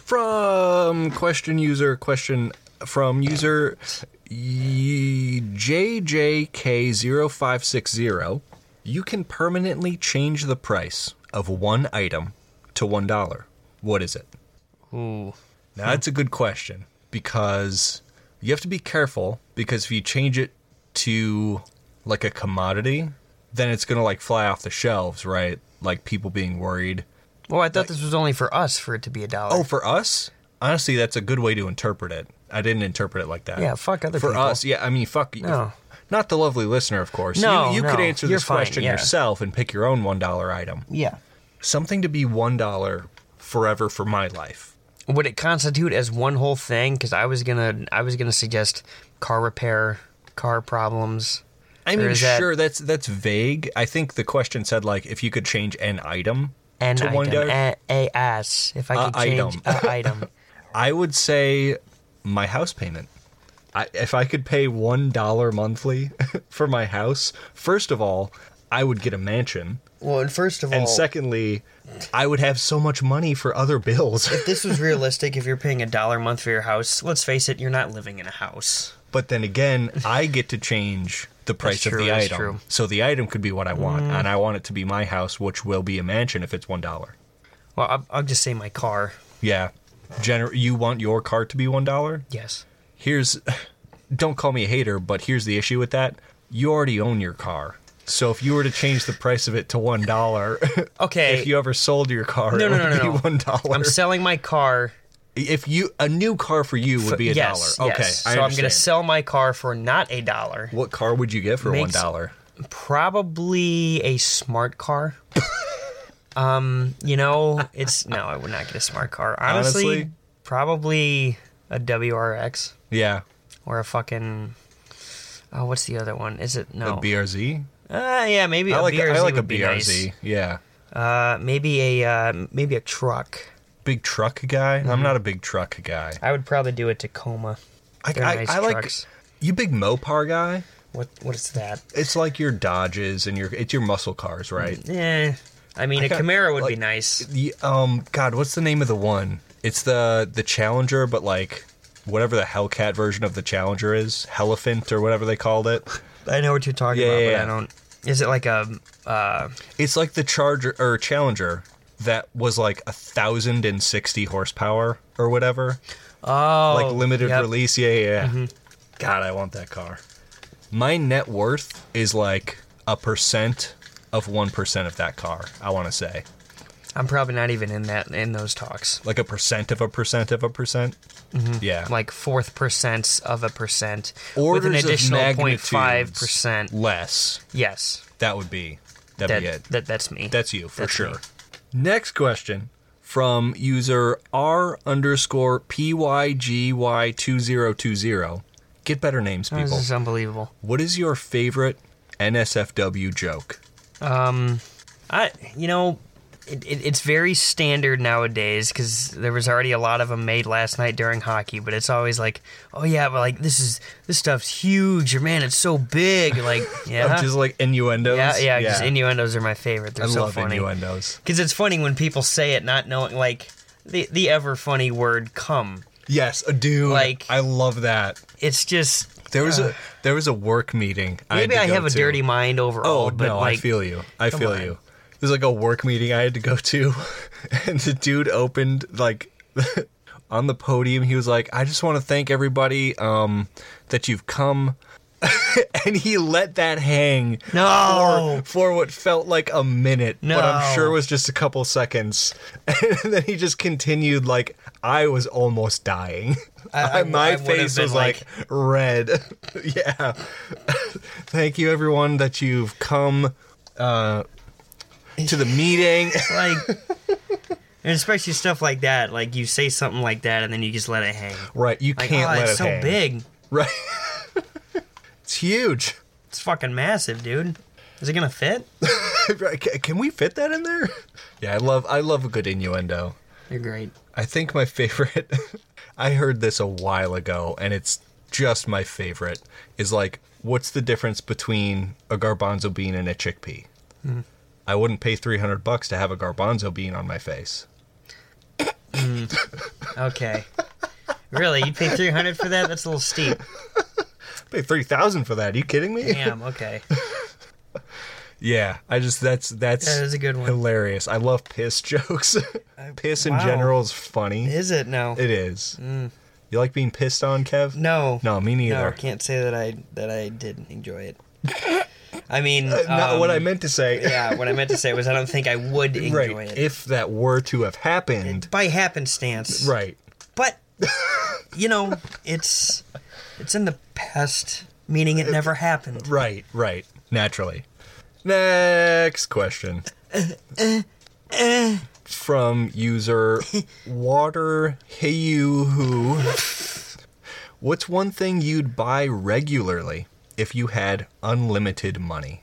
[SPEAKER 2] from question user question from user y- JJK0560. You can permanently change the price of one item to one dollar. What is it?
[SPEAKER 1] ooh.
[SPEAKER 2] Now that's a good question because you have to be careful because if you change it to like a commodity, then it's gonna like fly off the shelves, right? Like people being worried.
[SPEAKER 1] Well, I thought this was only for us for it to be a dollar.
[SPEAKER 2] Oh, for us, honestly, that's a good way to interpret it. I didn't interpret it like that.
[SPEAKER 1] Yeah, fuck other
[SPEAKER 2] for
[SPEAKER 1] people.
[SPEAKER 2] us. Yeah, I mean, fuck.
[SPEAKER 1] No.
[SPEAKER 2] Not the lovely listener, of course.
[SPEAKER 1] No,
[SPEAKER 2] you, you could
[SPEAKER 1] no,
[SPEAKER 2] answer
[SPEAKER 1] you're
[SPEAKER 2] this
[SPEAKER 1] fine,
[SPEAKER 2] question
[SPEAKER 1] yeah.
[SPEAKER 2] yourself and pick your own one dollar item.
[SPEAKER 1] yeah.
[SPEAKER 2] Something to be one dollar forever for my life.
[SPEAKER 1] Would it constitute as one whole thing? Because I was gonna, I was gonna suggest car repair, car problems.
[SPEAKER 2] I
[SPEAKER 1] Or
[SPEAKER 2] mean,
[SPEAKER 1] is that-
[SPEAKER 2] sure, that's that's vague. I think the question said like if you could change an item
[SPEAKER 1] An
[SPEAKER 2] to one
[SPEAKER 1] item,
[SPEAKER 2] dollar.
[SPEAKER 1] a, a ass. If I
[SPEAKER 2] A
[SPEAKER 1] could change
[SPEAKER 2] item.
[SPEAKER 1] a item,
[SPEAKER 2] [LAUGHS] I would say my house payment. I, if I could pay one dollar monthly [LAUGHS] for my house, first of all, I would get a mansion.
[SPEAKER 1] well, and first of
[SPEAKER 2] And secondly, I would have so much money for other bills. [LAUGHS]
[SPEAKER 1] this was realistic. If you're paying a dollar a month for your house, let's face it, you're not living in a house.
[SPEAKER 2] but then again, I get to change the price
[SPEAKER 1] true,
[SPEAKER 2] of the
[SPEAKER 1] that's
[SPEAKER 2] item.
[SPEAKER 1] true. Mm.
[SPEAKER 2] So the item could be what I want, and I want it to be my house, which will be a mansion if it's one dollar.
[SPEAKER 1] Well, I'll, I'll just say my car.
[SPEAKER 2] Yeah. Gener- you want your car to be one dollar?
[SPEAKER 1] Yes.
[SPEAKER 2] Here's [SIGHS] don't call me a hater, but here's the issue with that. You already own your car. So if you were to change the price of it to one dollar, [LAUGHS]
[SPEAKER 1] Okay.
[SPEAKER 2] if you ever sold your car,
[SPEAKER 1] No,
[SPEAKER 2] it
[SPEAKER 1] no,
[SPEAKER 2] would
[SPEAKER 1] no, no,
[SPEAKER 2] be
[SPEAKER 1] no.
[SPEAKER 2] one dollar.
[SPEAKER 1] I'm selling my car.
[SPEAKER 2] if you a new car for you would be a
[SPEAKER 1] yes,
[SPEAKER 2] dollar. Okay,
[SPEAKER 1] yes. so
[SPEAKER 2] I
[SPEAKER 1] I'm going to
[SPEAKER 2] understand.
[SPEAKER 1] sell my car for not a dollar.
[SPEAKER 2] What car would you get for one
[SPEAKER 1] Makes-
[SPEAKER 2] dollar?
[SPEAKER 1] Probably a smart
[SPEAKER 2] [LAUGHS]
[SPEAKER 1] car. um, you know, it's no, I would not get a smart car. Honestly,
[SPEAKER 2] Honestly?
[SPEAKER 1] probably a WRX
[SPEAKER 2] Yeah,
[SPEAKER 1] or a fucking. Oh, what's the other one? Is it
[SPEAKER 2] a
[SPEAKER 1] no?
[SPEAKER 2] BRZ.
[SPEAKER 1] uh, Oh. yeah, maybe a
[SPEAKER 2] I like
[SPEAKER 1] BRZ
[SPEAKER 2] I like a
[SPEAKER 1] would be
[SPEAKER 2] BRZ. Yeah,
[SPEAKER 1] nice. Uh, maybe a uh, maybe a truck.
[SPEAKER 2] big truck guy.
[SPEAKER 1] Mm-hmm.
[SPEAKER 2] I'm not a big truck guy.
[SPEAKER 1] I would probably do a Tacoma.
[SPEAKER 2] I,
[SPEAKER 1] They're
[SPEAKER 2] I,
[SPEAKER 1] nice
[SPEAKER 2] I like
[SPEAKER 1] trucks.
[SPEAKER 2] you, big Mopar guy.
[SPEAKER 1] What what is that?
[SPEAKER 2] It's like your Dodges and your it's your muscle cars, right?
[SPEAKER 1] Eh, I mean, a
[SPEAKER 2] got-
[SPEAKER 1] Camaro would be
[SPEAKER 2] like-
[SPEAKER 1] nice.
[SPEAKER 2] The um God, what's the name of the one? It's the the Challenger, but like whatever the Hellcat version of the Challenger is, Hellafant or whatever they called it.
[SPEAKER 1] I know what you're talking
[SPEAKER 2] Yeah,
[SPEAKER 1] about,
[SPEAKER 2] yeah,
[SPEAKER 1] but
[SPEAKER 2] yeah.
[SPEAKER 1] I don't. Is it like a? Uh,
[SPEAKER 2] It's like the Charger or Challenger that was like a thousand and sixty horsepower or whatever.
[SPEAKER 1] oh,
[SPEAKER 2] like limited
[SPEAKER 1] yep. Mm-hmm.
[SPEAKER 2] release. Yeah, yeah. yeah. God, I want that car. My net worth is like a percent of one percent of that car. I want to say
[SPEAKER 1] I'm probably not even in that in those talks.
[SPEAKER 2] like a percent of a percent of a percent.
[SPEAKER 1] Mm-hmm.
[SPEAKER 2] Yeah,
[SPEAKER 1] Like fourth percent of a percent,
[SPEAKER 2] Orders
[SPEAKER 1] with an
[SPEAKER 2] of
[SPEAKER 1] additional
[SPEAKER 2] magnitudes
[SPEAKER 1] 0.5 percent.
[SPEAKER 2] less.
[SPEAKER 1] Yes,
[SPEAKER 2] That would be that'd
[SPEAKER 1] that,
[SPEAKER 2] be it.
[SPEAKER 1] that that's me.
[SPEAKER 2] That's you for
[SPEAKER 1] That's
[SPEAKER 2] sure.
[SPEAKER 1] me.
[SPEAKER 2] Next question from user r underscore pygy two zero two zero. Get better names,
[SPEAKER 1] This
[SPEAKER 2] people.
[SPEAKER 1] is unbelievable.
[SPEAKER 2] What is your favorite NSFW joke?
[SPEAKER 1] Um, I you know, it, it, it's very standard nowadays because there was already a lot of them made last night during hockey. But it's always like, oh yeah, but like this is this stuff's huge, or man, it's so big. Like [LAUGHS] yeah,
[SPEAKER 2] Just like innuendos.
[SPEAKER 1] Uh-huh. yeah, yeah, Just innuendos are my favorite. They're
[SPEAKER 2] I
[SPEAKER 1] so
[SPEAKER 2] love
[SPEAKER 1] funny.
[SPEAKER 2] innuendos.
[SPEAKER 1] Because it's funny when people say it not knowing, like, the, the ever funny word come.
[SPEAKER 2] Yes, a dude.
[SPEAKER 1] Like-
[SPEAKER 2] I love that.
[SPEAKER 1] It's just.
[SPEAKER 2] There was a there was a work meeting.
[SPEAKER 1] Maybe I,
[SPEAKER 2] had to go
[SPEAKER 1] have a
[SPEAKER 2] to.
[SPEAKER 1] dirty mind overall,
[SPEAKER 2] Oh
[SPEAKER 1] but
[SPEAKER 2] no,
[SPEAKER 1] like,
[SPEAKER 2] I feel you. I
[SPEAKER 1] come
[SPEAKER 2] feel
[SPEAKER 1] on.
[SPEAKER 2] you. There's like a work meeting I had to go to, [LAUGHS] and the dude opened like [LAUGHS] on the podium. He was like, "I just want to thank everybody um, that you've come." [LAUGHS] and he let that hang
[SPEAKER 1] No.
[SPEAKER 2] for, for what felt like a minute, but I'm
[SPEAKER 1] Oh. No.
[SPEAKER 2] sure was just a couple seconds. [LAUGHS] And then he just continued like I was almost dying.
[SPEAKER 1] I- I
[SPEAKER 2] [LAUGHS] My
[SPEAKER 1] would've
[SPEAKER 2] face
[SPEAKER 1] been
[SPEAKER 2] was like, red. [LAUGHS] yeah. [LAUGHS] Thank you everyone that you've come uh,
[SPEAKER 1] [LAUGHS]
[SPEAKER 2] to the meeting.
[SPEAKER 1] [LAUGHS]
[SPEAKER 2] [LAUGHS]
[SPEAKER 1] like, and especially stuff like that. Like, you say something like that, and then you just let it hang.
[SPEAKER 2] right, you
[SPEAKER 1] Like,
[SPEAKER 2] can't
[SPEAKER 1] oh,
[SPEAKER 2] let
[SPEAKER 1] it's
[SPEAKER 2] it
[SPEAKER 1] so
[SPEAKER 2] hang. [LAUGHS]
[SPEAKER 1] big.
[SPEAKER 2] Right. it's huge. [LAUGHS]
[SPEAKER 1] It's fucking massive, dude. Is it gonna fit?
[SPEAKER 2] Right, ca- Can we fit that in there? [LAUGHS] Yeah, I love I love a good innuendo.
[SPEAKER 1] You're great.
[SPEAKER 2] I think my [LAUGHS] favorite, I heard this a while ago, and it's just my favorite, is like, what's the difference between a garbanzo bean and a chickpea?
[SPEAKER 1] Hmm.
[SPEAKER 2] I wouldn't pay 300 bucks to have a garbanzo bean on my face.
[SPEAKER 1] Okay. really? You pay 300 for that? That's a little steep.
[SPEAKER 2] Pay 3000 for that. Are you kidding me?
[SPEAKER 1] Damn, okay.
[SPEAKER 2] [LAUGHS] Yeah, I just, that's, that's
[SPEAKER 1] That is a good one.
[SPEAKER 2] hilarious. I love piss [LAUGHS] jokes. piss in
[SPEAKER 1] wow.
[SPEAKER 2] general is funny.
[SPEAKER 1] Is it? No.
[SPEAKER 2] It is. You like being pissed on, Kev?
[SPEAKER 1] No.
[SPEAKER 2] No, me neither.
[SPEAKER 1] No, I can't say that I that I didn't enjoy it. I
[SPEAKER 2] [LAUGHS]
[SPEAKER 1] mean,
[SPEAKER 2] Uh, Not what
[SPEAKER 1] um,
[SPEAKER 2] I meant to say.
[SPEAKER 1] yeah, what I meant to say was I don't think I would enjoy
[SPEAKER 2] [LAUGHS] right.
[SPEAKER 1] it
[SPEAKER 2] If that were to have happened.
[SPEAKER 1] by happenstance.
[SPEAKER 2] Right.
[SPEAKER 1] But
[SPEAKER 2] [LAUGHS]
[SPEAKER 1] you know, it's it's in the past, meaning it never happened.
[SPEAKER 2] Right, right. Naturally. Next question. From user Water Heyuhu. What's one thing you'd buy regularly if you had unlimited money?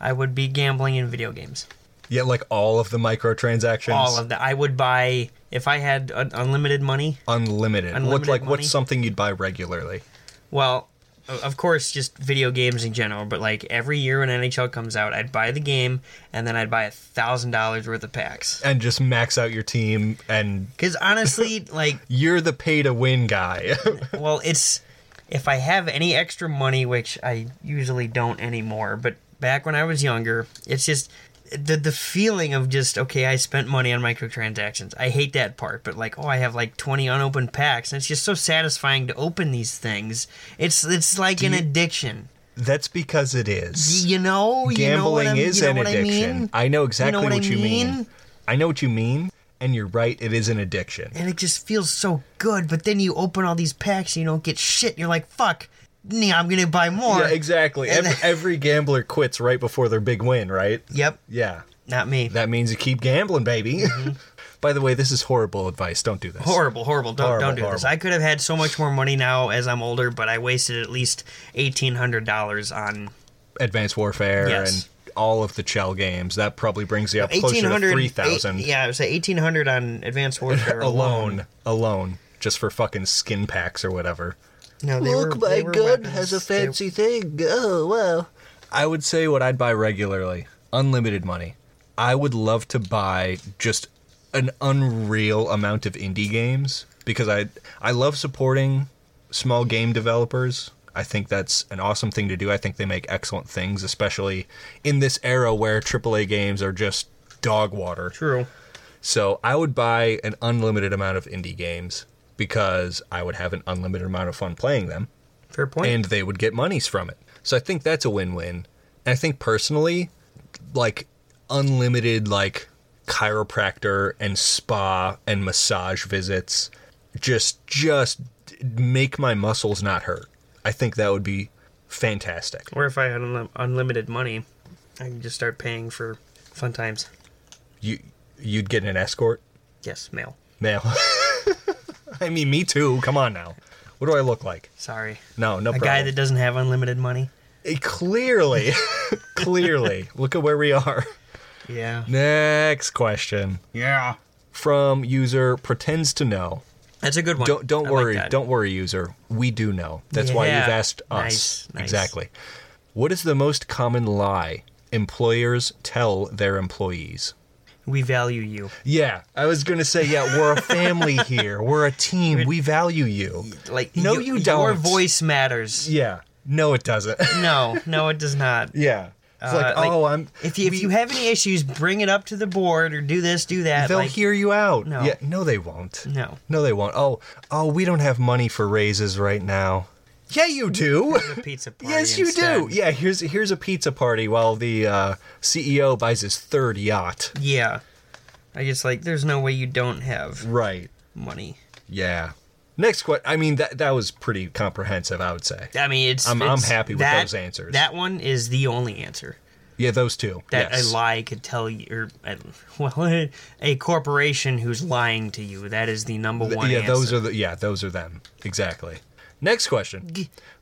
[SPEAKER 1] I would be gambling in video games.
[SPEAKER 2] Yeah, like all of the microtransactions.
[SPEAKER 1] All of that. I would buy if I had un- unlimited money.
[SPEAKER 2] Unlimited. what
[SPEAKER 1] Unlimited
[SPEAKER 2] like
[SPEAKER 1] money?
[SPEAKER 2] what's something you'd buy regularly?
[SPEAKER 1] Well, o- of course, just video games in general. But like every year when NHL comes out, I'd buy the game and then I'd buy a thousand dollars worth of packs.
[SPEAKER 2] And just max out your team and
[SPEAKER 1] Because
[SPEAKER 2] [LAUGHS]
[SPEAKER 1] honestly, like,
[SPEAKER 2] you're the pay to win guy. [LAUGHS]
[SPEAKER 1] well, it's if I have any extra money, which I usually don't anymore, but back when I was younger, it's just the the feeling of just okay, I spent money on microtransactions. I hate that part, but like, oh, I have like twenty unopened packs, and it's just so satisfying to open these things. It's it's like an
[SPEAKER 2] you-
[SPEAKER 1] addiction.
[SPEAKER 2] That's because it is.
[SPEAKER 1] You know, you know what
[SPEAKER 2] Gambling
[SPEAKER 1] I'm-
[SPEAKER 2] is
[SPEAKER 1] you know
[SPEAKER 2] an
[SPEAKER 1] what I
[SPEAKER 2] addiction.
[SPEAKER 1] mean?
[SPEAKER 2] know exactly
[SPEAKER 1] what I
[SPEAKER 2] what you mean?
[SPEAKER 1] mean?
[SPEAKER 2] I know what you mean, and you're right. It is an addiction.
[SPEAKER 1] and it just feels so good. But then you open all these packs and you don't get shit. And you're like, fuck, nah, I'm gonna buy more.
[SPEAKER 2] Yeah, exactly.
[SPEAKER 1] And-
[SPEAKER 2] Every, every gambler quits right before their big win, right?
[SPEAKER 1] Yep,
[SPEAKER 2] Yeah.
[SPEAKER 1] not me.
[SPEAKER 2] That means you keep gambling, baby.
[SPEAKER 1] Mm-hmm.
[SPEAKER 2] [LAUGHS] By the way, this is horrible advice. Don't do this.
[SPEAKER 1] horrible, horrible. Don't
[SPEAKER 2] Horrible,
[SPEAKER 1] don't do this.
[SPEAKER 2] horrible.
[SPEAKER 1] I could have had so much more money now as I'm older, but I wasted at least eighteen hundred dollars on
[SPEAKER 2] Advanced Warfare
[SPEAKER 1] Yes.
[SPEAKER 2] and all of the Chell games. That probably brings you up
[SPEAKER 1] eighteen
[SPEAKER 2] closer to
[SPEAKER 1] hundred.
[SPEAKER 2] 3,000
[SPEAKER 1] Yeah, I was eighteen hundred on Advanced
[SPEAKER 2] [LAUGHS]
[SPEAKER 1] Warfare alone.
[SPEAKER 2] alone. Alone. Just for fucking skin packs or whatever.
[SPEAKER 1] No, they
[SPEAKER 2] Look,
[SPEAKER 1] were,
[SPEAKER 2] my
[SPEAKER 1] they were
[SPEAKER 2] gun
[SPEAKER 1] weapons.
[SPEAKER 2] has a
[SPEAKER 1] They-
[SPEAKER 2] fancy thing. Oh, wow. I would say what I'd buy regularly unlimited money. I would love to buy just an unreal amount of indie games because I I love supporting small game developers. I think that's an awesome thing to do. I think they make excellent things, especially in this era where AAA games are just dog water.
[SPEAKER 1] True.
[SPEAKER 2] So I would buy an unlimited amount of indie games because I would have an unlimited amount of fun playing them
[SPEAKER 1] Fair point.
[SPEAKER 2] and they would get monies from it. So I think that's a win-win. And I think personally, like unlimited like chiropractor and spa and massage visits just just make my muscles not hurt. I think that would be fantastic.
[SPEAKER 1] or if I had unlim- unlimited money, I could just start paying for fun times.
[SPEAKER 2] You you'd get an escort
[SPEAKER 1] Yes, mail.
[SPEAKER 2] now. [LAUGHS] I mean, me too. Come on now. What do I look like?
[SPEAKER 1] Sorry.
[SPEAKER 2] No, no
[SPEAKER 1] a
[SPEAKER 2] problem.
[SPEAKER 1] guy that doesn't have unlimited money.
[SPEAKER 2] Eh, Clearly, [LAUGHS] clearly, look at where we are. [LAUGHS]
[SPEAKER 1] Yeah.
[SPEAKER 2] Next question
[SPEAKER 1] Yeah.
[SPEAKER 2] from user pretends to know.
[SPEAKER 1] That's a good one.
[SPEAKER 2] Don't don't
[SPEAKER 1] I like
[SPEAKER 2] worry,
[SPEAKER 1] that.
[SPEAKER 2] don't worry, user. We do know. That's why you've
[SPEAKER 1] Yeah.
[SPEAKER 2] asked
[SPEAKER 1] Nice,
[SPEAKER 2] us
[SPEAKER 1] nice.
[SPEAKER 2] exactly. What is the most common lie employers tell their employees?
[SPEAKER 1] We value you.
[SPEAKER 2] Yeah, I was gonna say yeah. We're
[SPEAKER 1] [LAUGHS]
[SPEAKER 2] a family here. We're a team. We value you.
[SPEAKER 1] Like
[SPEAKER 2] No,
[SPEAKER 1] y-
[SPEAKER 2] you
[SPEAKER 1] Your
[SPEAKER 2] don't.
[SPEAKER 1] voice matters.
[SPEAKER 2] Yeah. No, it
[SPEAKER 1] [LAUGHS]
[SPEAKER 2] doesn't.
[SPEAKER 1] No, no, it does not.
[SPEAKER 2] yeah. It's
[SPEAKER 1] Uh,
[SPEAKER 2] like, oh, I'm.
[SPEAKER 1] If you, if
[SPEAKER 2] we-
[SPEAKER 1] you have any issues, bring it up to the board or do this, do that.
[SPEAKER 2] They'll
[SPEAKER 1] like,
[SPEAKER 2] hear you out.
[SPEAKER 1] No.
[SPEAKER 2] Yeah, no, they won't.
[SPEAKER 1] No.
[SPEAKER 2] No, they won't. Oh, oh, we don't have money for raises right now. Yeah, you do.
[SPEAKER 1] [LAUGHS] a pizza party.
[SPEAKER 2] yes, you do.
[SPEAKER 1] instead.
[SPEAKER 2] Yeah, here's here's a pizza party while the uh, CEO buys his third yacht.
[SPEAKER 1] Yeah. I just like there's no way you don't have
[SPEAKER 2] Right.
[SPEAKER 1] money.
[SPEAKER 2] Yeah. Next question. I mean, that that was pretty comprehensive. I would say.
[SPEAKER 1] I mean, it's.
[SPEAKER 2] I'm- I'm
[SPEAKER 1] it's-
[SPEAKER 2] happy with
[SPEAKER 1] that-
[SPEAKER 2] those answers.
[SPEAKER 1] That one is the only answer
[SPEAKER 2] Yeah, those two.
[SPEAKER 1] that
[SPEAKER 2] yes.
[SPEAKER 1] a lie could tell you, or uh, well, [LAUGHS] a corporation who's lying to you. That is the number one.
[SPEAKER 2] yeah,
[SPEAKER 1] answer.
[SPEAKER 2] those are the yeah, those are them exactly. Next question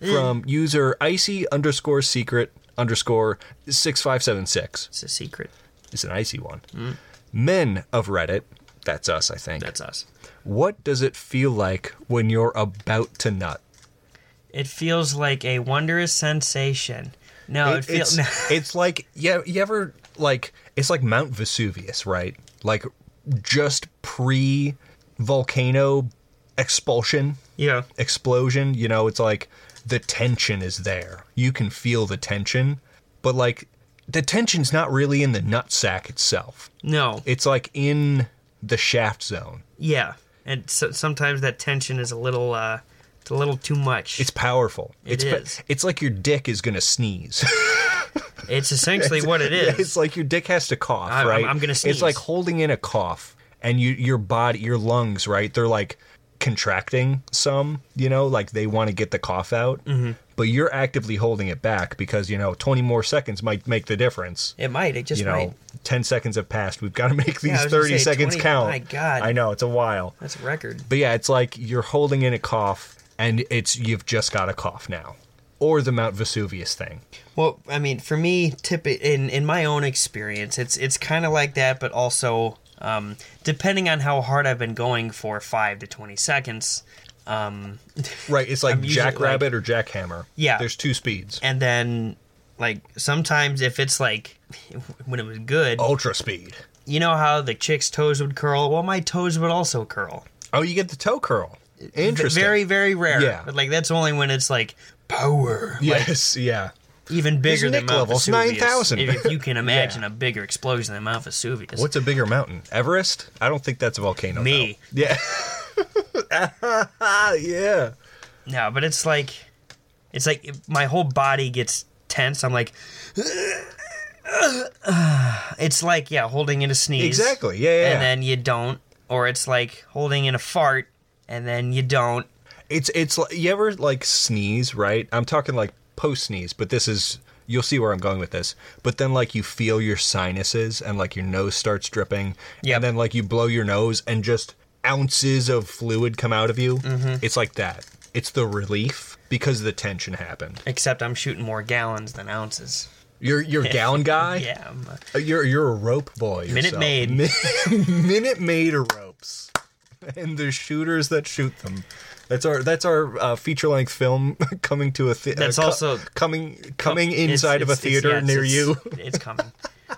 [SPEAKER 1] uh.
[SPEAKER 2] from user icy underscore secret underscore six five seven six.
[SPEAKER 1] It's a secret.
[SPEAKER 2] It's an icy one.
[SPEAKER 1] Mm.
[SPEAKER 2] Men of Reddit, that's us, I think.
[SPEAKER 1] That's us.
[SPEAKER 2] what does it feel like when you're about to nut?
[SPEAKER 1] It feels like a wondrous sensation. [LAUGHS] No, it,
[SPEAKER 2] It-
[SPEAKER 1] feels.
[SPEAKER 2] it's, it's like yeah, you ever like it's like Mount Vesuvius, right? Like just pre volcano expulsion.
[SPEAKER 1] yeah.
[SPEAKER 2] explosion, you know, it's like the tension is there. You can feel the tension, but like the tension's not really in the nutsack itself.
[SPEAKER 1] No.
[SPEAKER 2] It's like in the shaft zone.
[SPEAKER 1] yeah. And so, sometimes that tension is a little. uh It's a little too much.
[SPEAKER 2] It's powerful.
[SPEAKER 1] It
[SPEAKER 2] it's pa-
[SPEAKER 1] is.
[SPEAKER 2] it's like your dick is going to sneeze.
[SPEAKER 1] [LAUGHS]
[SPEAKER 2] [LAUGHS]
[SPEAKER 1] It's essentially what it is.
[SPEAKER 2] it's like your dick has to cough,
[SPEAKER 1] I'm-
[SPEAKER 2] right?
[SPEAKER 1] I'm gonna sneeze.
[SPEAKER 2] It's like holding in a cough and you your body, your lungs, right? They're like contracting some, you know, like they want to get the cough out.
[SPEAKER 1] Mm-hmm.
[SPEAKER 2] But you're actively holding it back because, you know, 20 more seconds might make the difference.
[SPEAKER 1] it might. It just
[SPEAKER 2] you know,
[SPEAKER 1] might.
[SPEAKER 2] 10 seconds have passed. We've got to make
[SPEAKER 1] I
[SPEAKER 2] these
[SPEAKER 1] was gonna
[SPEAKER 2] 30
[SPEAKER 1] say,
[SPEAKER 2] seconds
[SPEAKER 1] 20
[SPEAKER 2] count.
[SPEAKER 1] my God.
[SPEAKER 2] I know, it's a while.
[SPEAKER 1] That's a record.
[SPEAKER 2] But yeah, it's like you're holding in a cough and it's you've just got a cough now. Or the Mount Vesuvius thing.
[SPEAKER 1] Well, I mean, for me, tip in in my own experience, it's it's kind of like that, but also um, depending on how hard I've been going for five to twenty seconds, um,
[SPEAKER 2] Right, it's like
[SPEAKER 1] I'm usually, like-
[SPEAKER 2] jackrabbit or jackhammer.
[SPEAKER 1] Yeah.
[SPEAKER 2] There's two speeds.
[SPEAKER 1] and then like sometimes if it's like [LAUGHS] when it was good,
[SPEAKER 2] Ultra speed.
[SPEAKER 1] you know how the chick's toes would curl. Well, my toes would also curl.
[SPEAKER 2] Oh, you get the toe curl.
[SPEAKER 1] V-
[SPEAKER 2] Interesting.
[SPEAKER 1] Very very rare.
[SPEAKER 2] Yeah.
[SPEAKER 1] But like that's only when it's like power. Like,
[SPEAKER 2] yes, yeah.
[SPEAKER 1] even bigger
[SPEAKER 2] His
[SPEAKER 1] than
[SPEAKER 2] Nick
[SPEAKER 1] Mount
[SPEAKER 2] level's
[SPEAKER 1] Vesuvius.
[SPEAKER 2] 9,000.
[SPEAKER 1] If if you
[SPEAKER 2] [LAUGHS]
[SPEAKER 1] can imagine a bigger explosion than Mount Vesuvius.
[SPEAKER 2] What's a bigger mountain? Everest? I don't think that's a volcano.
[SPEAKER 1] Me.
[SPEAKER 2] though. Yeah. [LAUGHS] Ah, yeah.
[SPEAKER 1] No, but it's like, it's like it- my whole body gets tense. I'm like, [SIGHS] it's like yeah, holding in a sneeze.
[SPEAKER 2] Exactly. Yeah, yeah.
[SPEAKER 1] And then you don't, or it's like holding in a fart, and then you don't.
[SPEAKER 2] it's it's like you ever like sneeze, right? I'm talking like post sneeze, but this is you'll see where I'm going with this. But then like you feel your sinuses and like your nose starts dripping. Yeah.
[SPEAKER 1] Yep.
[SPEAKER 2] And then like you blow your nose and just ounces of fluid come out of you.
[SPEAKER 1] Mm-hmm.
[SPEAKER 2] It's like that. It's the relief because the tension happened.
[SPEAKER 1] Except I'm shooting more gallons than ounces. [LAUGHS]
[SPEAKER 2] You're you're down guy.
[SPEAKER 1] Yeah, I'm a
[SPEAKER 2] Uh, You're you're a rope boy.
[SPEAKER 1] Minute
[SPEAKER 2] yourself.
[SPEAKER 1] Maid.
[SPEAKER 2] Min- [LAUGHS] Minute Maid ropes, and the shooters that shoot them. That's our that's our uh, feature length film [LAUGHS] coming to a thi-
[SPEAKER 1] That's
[SPEAKER 2] uh, co-
[SPEAKER 1] also- Oh,
[SPEAKER 2] coming coming
[SPEAKER 1] it's-
[SPEAKER 2] inside of a
[SPEAKER 1] it's- it's-
[SPEAKER 2] theater
[SPEAKER 1] yeah, it's-
[SPEAKER 2] near
[SPEAKER 1] it's-
[SPEAKER 2] you.
[SPEAKER 1] It's coming,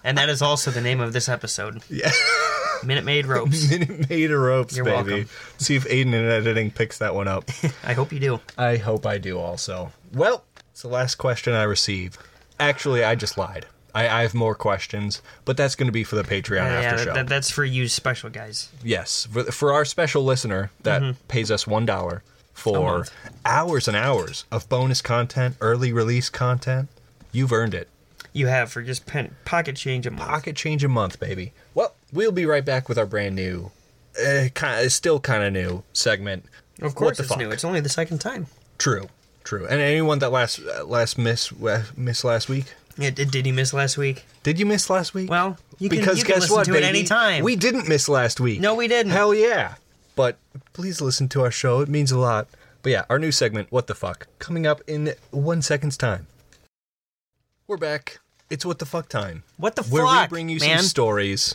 [SPEAKER 1] and that is also the name of this episode. Yeah, [LAUGHS] Minute Maid ropes.
[SPEAKER 2] [LAUGHS] Minute Maid ropes,
[SPEAKER 1] You're
[SPEAKER 2] baby.
[SPEAKER 1] welcome.
[SPEAKER 2] See if Aiden in editing picks that
[SPEAKER 1] [LAUGHS]
[SPEAKER 2] one up.
[SPEAKER 1] I hope you do.
[SPEAKER 2] I hope I do also. Well, it's the last question I receive. Actually, I just lied. I, I have more questions, but that's going to be for the Patreon
[SPEAKER 1] yeah,
[SPEAKER 2] after show.
[SPEAKER 1] that, that- that's for you, special guys.
[SPEAKER 2] Yes, for, for our special listener that
[SPEAKER 1] Mm-hmm.
[SPEAKER 2] pays us one dollar for hours and hours of bonus content, early release content, you've earned it.
[SPEAKER 1] You have for just pen, pocket change a month.
[SPEAKER 2] Pocket change a month, baby. Well, we'll be right back with our brand new, uh, kind still kind of new segment.
[SPEAKER 1] Of
[SPEAKER 2] What
[SPEAKER 1] course,
[SPEAKER 2] the
[SPEAKER 1] it's
[SPEAKER 2] fuck?
[SPEAKER 1] new. It's only the second time.
[SPEAKER 2] True, true. And anyone that last uh, last miss uh, miss last week.
[SPEAKER 1] Yeah, did, did he miss last week?
[SPEAKER 2] Did you miss last week?
[SPEAKER 1] Well, you can- you can listen to it anytime.
[SPEAKER 2] We didn't miss last week.
[SPEAKER 1] No, we didn't.
[SPEAKER 2] Hell yeah. But please listen to our show. It means a lot. But yeah, our new segment, What the Fuck, coming up in one second's time. We're back. It's what the fuck time.
[SPEAKER 1] What the
[SPEAKER 2] Where we
[SPEAKER 1] fuck,
[SPEAKER 2] bring you
[SPEAKER 1] man?
[SPEAKER 2] some stories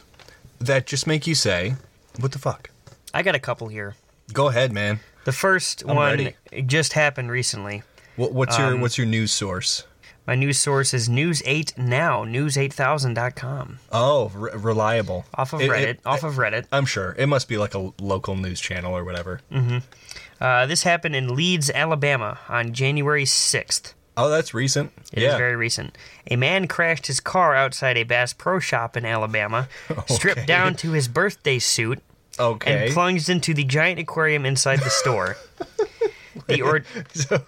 [SPEAKER 2] that just make you say, "What the fuck."
[SPEAKER 1] I got a couple here.
[SPEAKER 2] Go ahead, man.
[SPEAKER 1] The 1st one
[SPEAKER 2] ready.
[SPEAKER 1] it just happened recently.
[SPEAKER 2] What, what's
[SPEAKER 1] Um,
[SPEAKER 2] your what's your news source?
[SPEAKER 1] My news source is News 8 Now, news8000.com.
[SPEAKER 2] Oh, re- reliable.
[SPEAKER 1] Off of
[SPEAKER 2] It-
[SPEAKER 1] Reddit.
[SPEAKER 2] it-
[SPEAKER 1] off of Reddit.
[SPEAKER 2] I'm sure it must be like a local news channel or whatever.
[SPEAKER 1] Mm. Uh, this happened in Leeds, Alabama on January 6th.
[SPEAKER 2] Oh, that's recent.
[SPEAKER 1] It is
[SPEAKER 2] yeah.
[SPEAKER 1] very recent. A man crashed his car outside a Bass Pro Shop in Alabama,
[SPEAKER 2] [LAUGHS] Okay.
[SPEAKER 1] stripped down to his birthday suit,
[SPEAKER 2] okay.
[SPEAKER 1] and plunged into the giant aquarium inside the
[SPEAKER 2] [LAUGHS]
[SPEAKER 1] store. the or-
[SPEAKER 2] so,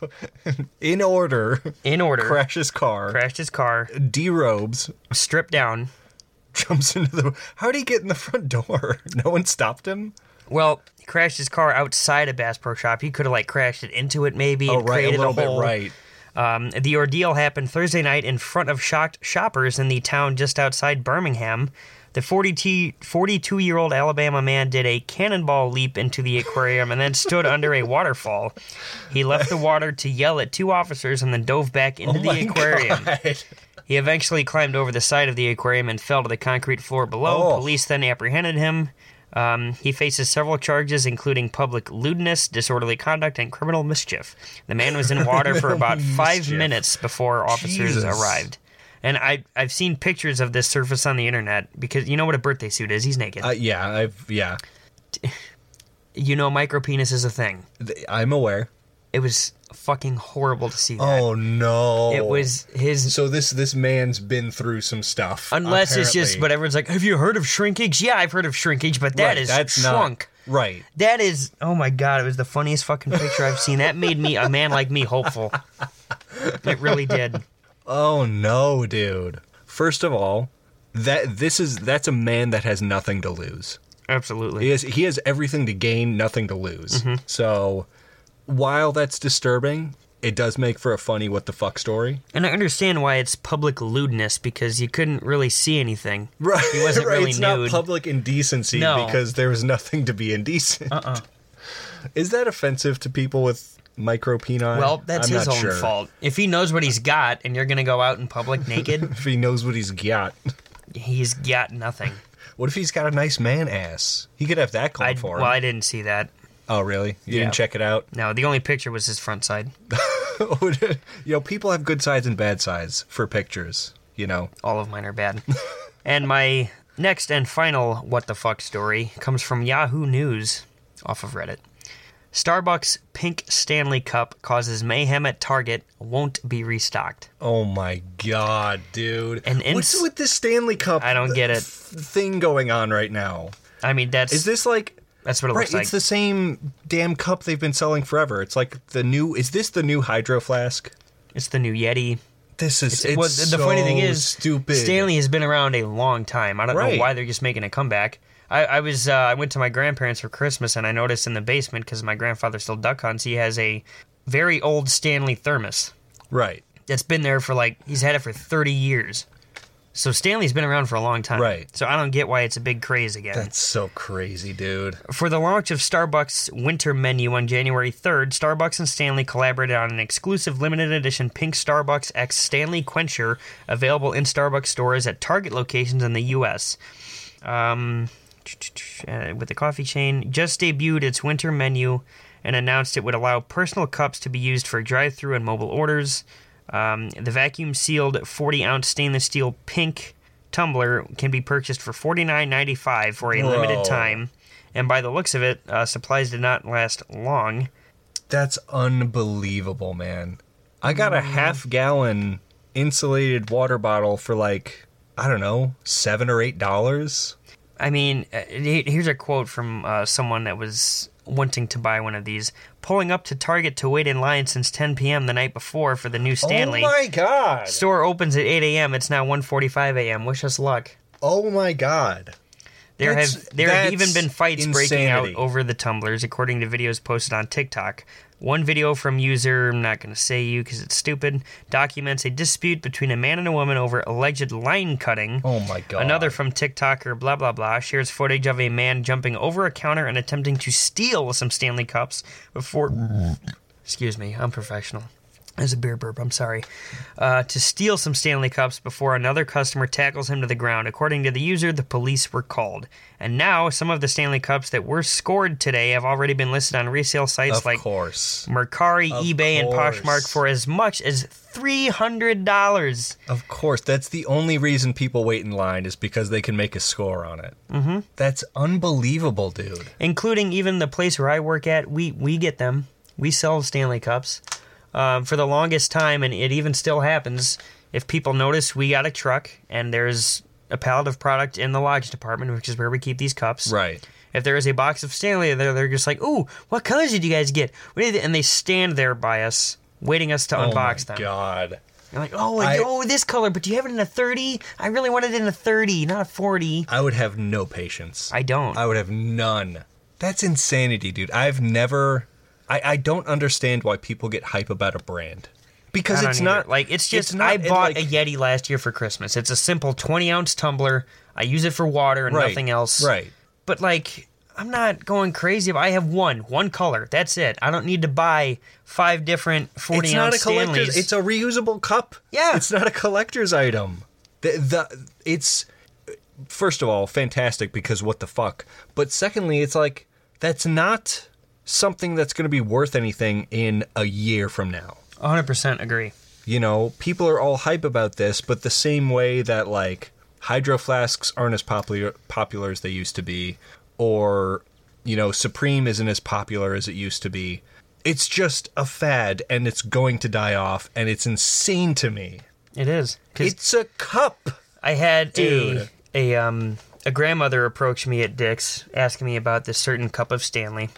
[SPEAKER 2] in order, [LAUGHS]
[SPEAKER 1] in order
[SPEAKER 2] crashes car,
[SPEAKER 1] crashed his car,
[SPEAKER 2] derobes, [LAUGHS]
[SPEAKER 1] stripped down.
[SPEAKER 2] jumps into the. How would he get in the front door? [LAUGHS] No one stopped him.
[SPEAKER 1] Well, he crashed his car outside a Bass Pro Shop. He could have like crashed it into it maybe
[SPEAKER 2] Oh,
[SPEAKER 1] and
[SPEAKER 2] right, a
[SPEAKER 1] created
[SPEAKER 2] little
[SPEAKER 1] hole.
[SPEAKER 2] bit right.
[SPEAKER 1] Um, the ordeal happened Thursday night in front of shocked shoppers in the town just outside Birmingham. The 42 year old Alabama man did a cannonball leap into the aquarium and then stood under a waterfall. He left the water to yell at two officers and then dove back into
[SPEAKER 2] Oh
[SPEAKER 1] [LAUGHS]
[SPEAKER 2] My
[SPEAKER 1] the aquarium.
[SPEAKER 2] God. [LAUGHS]
[SPEAKER 1] He eventually climbed over the side of the aquarium and fell to the concrete floor below.
[SPEAKER 2] Oh.
[SPEAKER 1] Police then apprehended him. Um, he faces several charges, including public lewdness, disorderly conduct, and criminal mischief. The man was
[SPEAKER 2] [LAUGHS]
[SPEAKER 1] in water for about five
[SPEAKER 2] mischief.
[SPEAKER 1] minutes before officers
[SPEAKER 2] Jesus.
[SPEAKER 1] arrived. And I, I've seen pictures of this surface on the internet because you know what a birthday suit is. He's naked.
[SPEAKER 2] Uh, yeah, I've yeah,
[SPEAKER 1] you know, micropenis is a thing.
[SPEAKER 2] Th- I'm aware.
[SPEAKER 1] It was fucking horrible to see that.
[SPEAKER 2] Oh no!
[SPEAKER 1] it was his
[SPEAKER 2] So this this man's been through some stuff.
[SPEAKER 1] Unless it's just,
[SPEAKER 2] apparently.
[SPEAKER 1] but everyone's like, "Have you heard of shrinkage?" Yeah, I've heard of shrinkage, but that
[SPEAKER 2] Right,
[SPEAKER 1] is
[SPEAKER 2] that's not-
[SPEAKER 1] shrunk.
[SPEAKER 2] right.
[SPEAKER 1] That is, oh my god, it was the funniest fucking picture I've seen. That made me a man like me hopeful. It really did.
[SPEAKER 2] Oh no, dude. First of all, that this is that's a man that has nothing to lose. He
[SPEAKER 1] Absolutely.
[SPEAKER 2] has he has everything to gain, nothing to lose. So while that's disturbing, it does make for a funny what the fuck story.
[SPEAKER 1] And I understand why it's public lewdness because you couldn't really see anything.
[SPEAKER 2] Right.
[SPEAKER 1] He wasn't
[SPEAKER 2] [LAUGHS] right.
[SPEAKER 1] really
[SPEAKER 2] it's
[SPEAKER 1] nude.
[SPEAKER 2] not public indecency
[SPEAKER 1] No.
[SPEAKER 2] because there was nothing to be indecent.
[SPEAKER 1] Uh-uh.
[SPEAKER 2] Is that offensive to people with micro peni?
[SPEAKER 1] Well, that's
[SPEAKER 2] I'm
[SPEAKER 1] his
[SPEAKER 2] not
[SPEAKER 1] own
[SPEAKER 2] sure.
[SPEAKER 1] fault. If he knows what he's got, and you're gonna go out in public naked, [LAUGHS]
[SPEAKER 2] If he knows what he's got.
[SPEAKER 1] he's got nothing.
[SPEAKER 2] What if he's got a nice man ass? He could have that going
[SPEAKER 1] I
[SPEAKER 2] for
[SPEAKER 1] well,
[SPEAKER 2] him.
[SPEAKER 1] I didn't see that.
[SPEAKER 2] oh, really? You
[SPEAKER 1] Yeah.
[SPEAKER 2] didn't check it out? [LAUGHS]
[SPEAKER 1] No, the only picture was his front side.
[SPEAKER 2] you know, people have good sides and bad sides for pictures. You know,
[SPEAKER 1] all of mine are
[SPEAKER 2] [LAUGHS]
[SPEAKER 1] bad. and my next and final what the fuck story comes from Yahoo News off of Reddit. Starbucks pink Stanley Cup causes mayhem at Target, won't be restocked.
[SPEAKER 2] oh my god, dude!
[SPEAKER 1] And in-
[SPEAKER 2] what's with this Stanley Cup?
[SPEAKER 1] I don't get it.
[SPEAKER 2] th- Thing going on right now.
[SPEAKER 1] I mean, that's
[SPEAKER 2] Is this like?
[SPEAKER 1] that's what it
[SPEAKER 2] Right,
[SPEAKER 1] looks
[SPEAKER 2] it's
[SPEAKER 1] like.
[SPEAKER 2] the same damn cup they've been selling forever. It's like the new. Is this the new Hydro Flask?
[SPEAKER 1] it's the new Yeti.
[SPEAKER 2] This is. It's,
[SPEAKER 1] well, the funny thing
[SPEAKER 2] so
[SPEAKER 1] is,
[SPEAKER 2] stupid.
[SPEAKER 1] Stanley has been around a long time. I don't know
[SPEAKER 2] Right.
[SPEAKER 1] why they're just making a comeback. I, I was uh, I went to my grandparents for Christmas and I noticed in the basement because my grandfather still duck hunts. He has a very old Stanley thermos.
[SPEAKER 2] Right,
[SPEAKER 1] that's been there for like he's had it for 30 years. So Stanley's been around for a long time.
[SPEAKER 2] Right.
[SPEAKER 1] So I don't get why it's a big craze again.
[SPEAKER 2] that's so crazy, dude.
[SPEAKER 1] for the launch of Starbucks winter menu on January 3rd, Starbucks and Stanley collaborated on an exclusive limited edition pink Starbucks X Stanley Quencher available in Starbucks stores at Target locations in the US. Um uh, with the coffee chain just debuted its winter menu and announced it would allow personal cups to be used for drive-through and mobile orders. Um, the vacuum sealed 40-ounce stainless steel pink tumbler can be purchased for $49.95 for a limited
[SPEAKER 2] Whoa.
[SPEAKER 1] time, and by the looks of it, uh, supplies did not last long.
[SPEAKER 2] That's unbelievable, man. I got
[SPEAKER 1] Mm.
[SPEAKER 2] a half gallon insulated water bottle for like, I don't know, seven or eight dollars.
[SPEAKER 1] I mean, uh, he- here's a quote from uh, someone that was wanting to buy one of these. Pulling up to Target to wait in line since 10 p.m. the night before for the new Stanley.
[SPEAKER 2] Oh my god.
[SPEAKER 1] Store opens at 8 a.m. It's now 1:45 a.m. Wish us luck.
[SPEAKER 2] Oh my god.
[SPEAKER 1] There
[SPEAKER 2] That's-
[SPEAKER 1] have there have
[SPEAKER 2] that's
[SPEAKER 1] even been fights breaking out
[SPEAKER 2] insanity.
[SPEAKER 1] over the tumblers, according to videos posted on TikTok. One video from user I'm not going to say you because it's stupid documents a dispute between a man and a woman over alleged line cutting.
[SPEAKER 2] Oh my god.
[SPEAKER 1] Another from TikToker blah blah blah shares footage of a man jumping over a counter and attempting to steal some Stanley cups before. Excuse me, I'm professional. as a beer burp, I'm sorry, uh, to steal some Stanley Cups before another customer tackles him to the ground. According to the user, the police were called. And now, some of the Stanley Cups that were scored today have already been listed on resale sites
[SPEAKER 2] Of
[SPEAKER 1] like
[SPEAKER 2] course.
[SPEAKER 1] Mercari,
[SPEAKER 2] Of
[SPEAKER 1] eBay,
[SPEAKER 2] course.
[SPEAKER 1] and Poshmark for as much as $300.
[SPEAKER 2] Of course. That's the only reason people wait in line is because they can make a score on it. Mm-hmm. That's unbelievable, dude.
[SPEAKER 1] including even the place where I work at. We we get them. We sell Stanley Cups um, for the longest time, and it even still happens. If people notice, we got a truck, and there's a pallet of product in the lodge department, which is where we keep these cups.
[SPEAKER 2] Right.
[SPEAKER 1] If there is a box of Stanley, there they're just like, "Ooh, what colors did you guys get?" We did- And they stand there by us, waiting us to unbox
[SPEAKER 2] oh my
[SPEAKER 1] them.
[SPEAKER 2] God.
[SPEAKER 1] They're like, "Oh,
[SPEAKER 2] I-
[SPEAKER 1] oh, this color, but do you have it in a 30? I really wanted it in a 30, not a 40."
[SPEAKER 2] I would have no patience.
[SPEAKER 1] I don't.
[SPEAKER 2] I would have none. That's insanity, dude. I've never. I, I don't understand why people get hype about a brand because
[SPEAKER 1] I don't
[SPEAKER 2] it's
[SPEAKER 1] either.
[SPEAKER 2] not
[SPEAKER 1] like it's just
[SPEAKER 2] not
[SPEAKER 1] I
[SPEAKER 2] in,
[SPEAKER 1] bought
[SPEAKER 2] like-
[SPEAKER 1] a Yeti last year for Christmas. It's a simple twenty ounce tumbler. I use it for water and
[SPEAKER 2] Right,
[SPEAKER 1] nothing else.
[SPEAKER 2] right.
[SPEAKER 1] But like I'm not going crazy. If I have one, one color. That's it. I don't need to buy five different forty
[SPEAKER 2] It's not
[SPEAKER 1] ounce
[SPEAKER 2] a collector's.
[SPEAKER 1] Stanleys.
[SPEAKER 2] It's a reusable cup.
[SPEAKER 1] Yeah.
[SPEAKER 2] it's not a collector's item. The, the it's first of all fantastic because what the fuck. But secondly, it's like that's not something that's going to be worth anything in a year from now.
[SPEAKER 1] hundred percent agree.
[SPEAKER 2] You know, people are all hype about this, but the same way that like hydro flasks aren't as popular popular as they used to be, or you know, Supreme isn't as popular as it used to be. It's just a fad, and it's going to die off, and it's insane to me.
[SPEAKER 1] It is. 'Cause
[SPEAKER 2] It's a cup.
[SPEAKER 1] I had
[SPEAKER 2] Dude.
[SPEAKER 1] a a um a grandmother approached me at Dick's asking me about this certain cup of Stanley.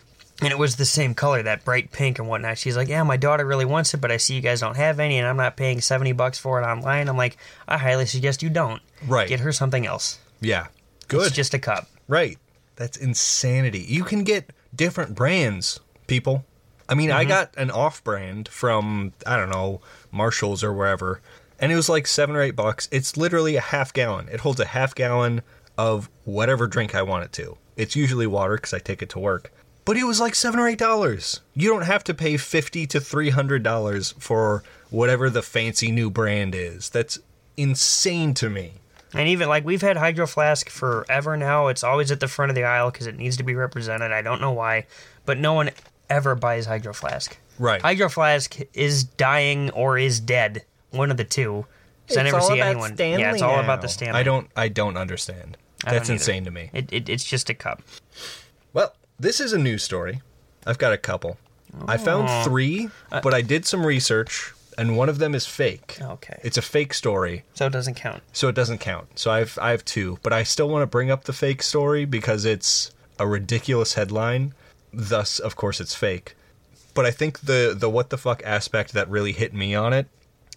[SPEAKER 1] And it was the same color, that bright pink and whatnot. She's like, "Yeah, my daughter really wants it, but I see you guys don't have any, and I'm not paying seventy bucks for it online." I'm like, "I highly suggest you don't.
[SPEAKER 2] Right.
[SPEAKER 1] Get her something else.
[SPEAKER 2] Yeah, good.
[SPEAKER 1] It's just a cup.
[SPEAKER 2] Right. That's insanity. You can get different brands, people. I mean, I got an off brand from, I don't know, Marshalls or wherever, and it was like seven or eight bucks. It's literally a half gallon. It holds a half gallon of whatever drink I want it to. It's usually water because I take it to work. But it was like seven or eight dollars. You don't have to pay fifty to three hundred dollars for whatever the fancy new brand is. That's insane to me.
[SPEAKER 1] And even like we've had Hydro Flask forever now. It's always at the front of the aisle because it needs to be represented. I don't know why, but no one ever buys Hydro Flask.
[SPEAKER 2] Right.
[SPEAKER 1] Hydro Flask is dying or is dead. One of the two. 'Cause I
[SPEAKER 2] It's
[SPEAKER 1] never
[SPEAKER 2] all
[SPEAKER 1] see
[SPEAKER 2] about
[SPEAKER 1] anyone. yeah, it's
[SPEAKER 2] Stanley
[SPEAKER 1] all about
[SPEAKER 2] now.
[SPEAKER 1] the Stanley.
[SPEAKER 2] I don't I don't understand.
[SPEAKER 1] I don't
[SPEAKER 2] That's
[SPEAKER 1] either.
[SPEAKER 2] insane to me.
[SPEAKER 1] It, it, it's just a cup.
[SPEAKER 2] Well, this is a news story. I've got a couple. I
[SPEAKER 1] Oh.
[SPEAKER 2] found three,
[SPEAKER 1] Uh,
[SPEAKER 2] but I did some research, and one of them is fake.
[SPEAKER 1] Okay.
[SPEAKER 2] It's a fake story,
[SPEAKER 1] So it doesn't count.
[SPEAKER 2] so it doesn't count. So I've I have two, but I still want to bring up the fake story because it's a ridiculous headline. Thus, of course, it's fake. But I think the the what the fuck aspect that really hit me on it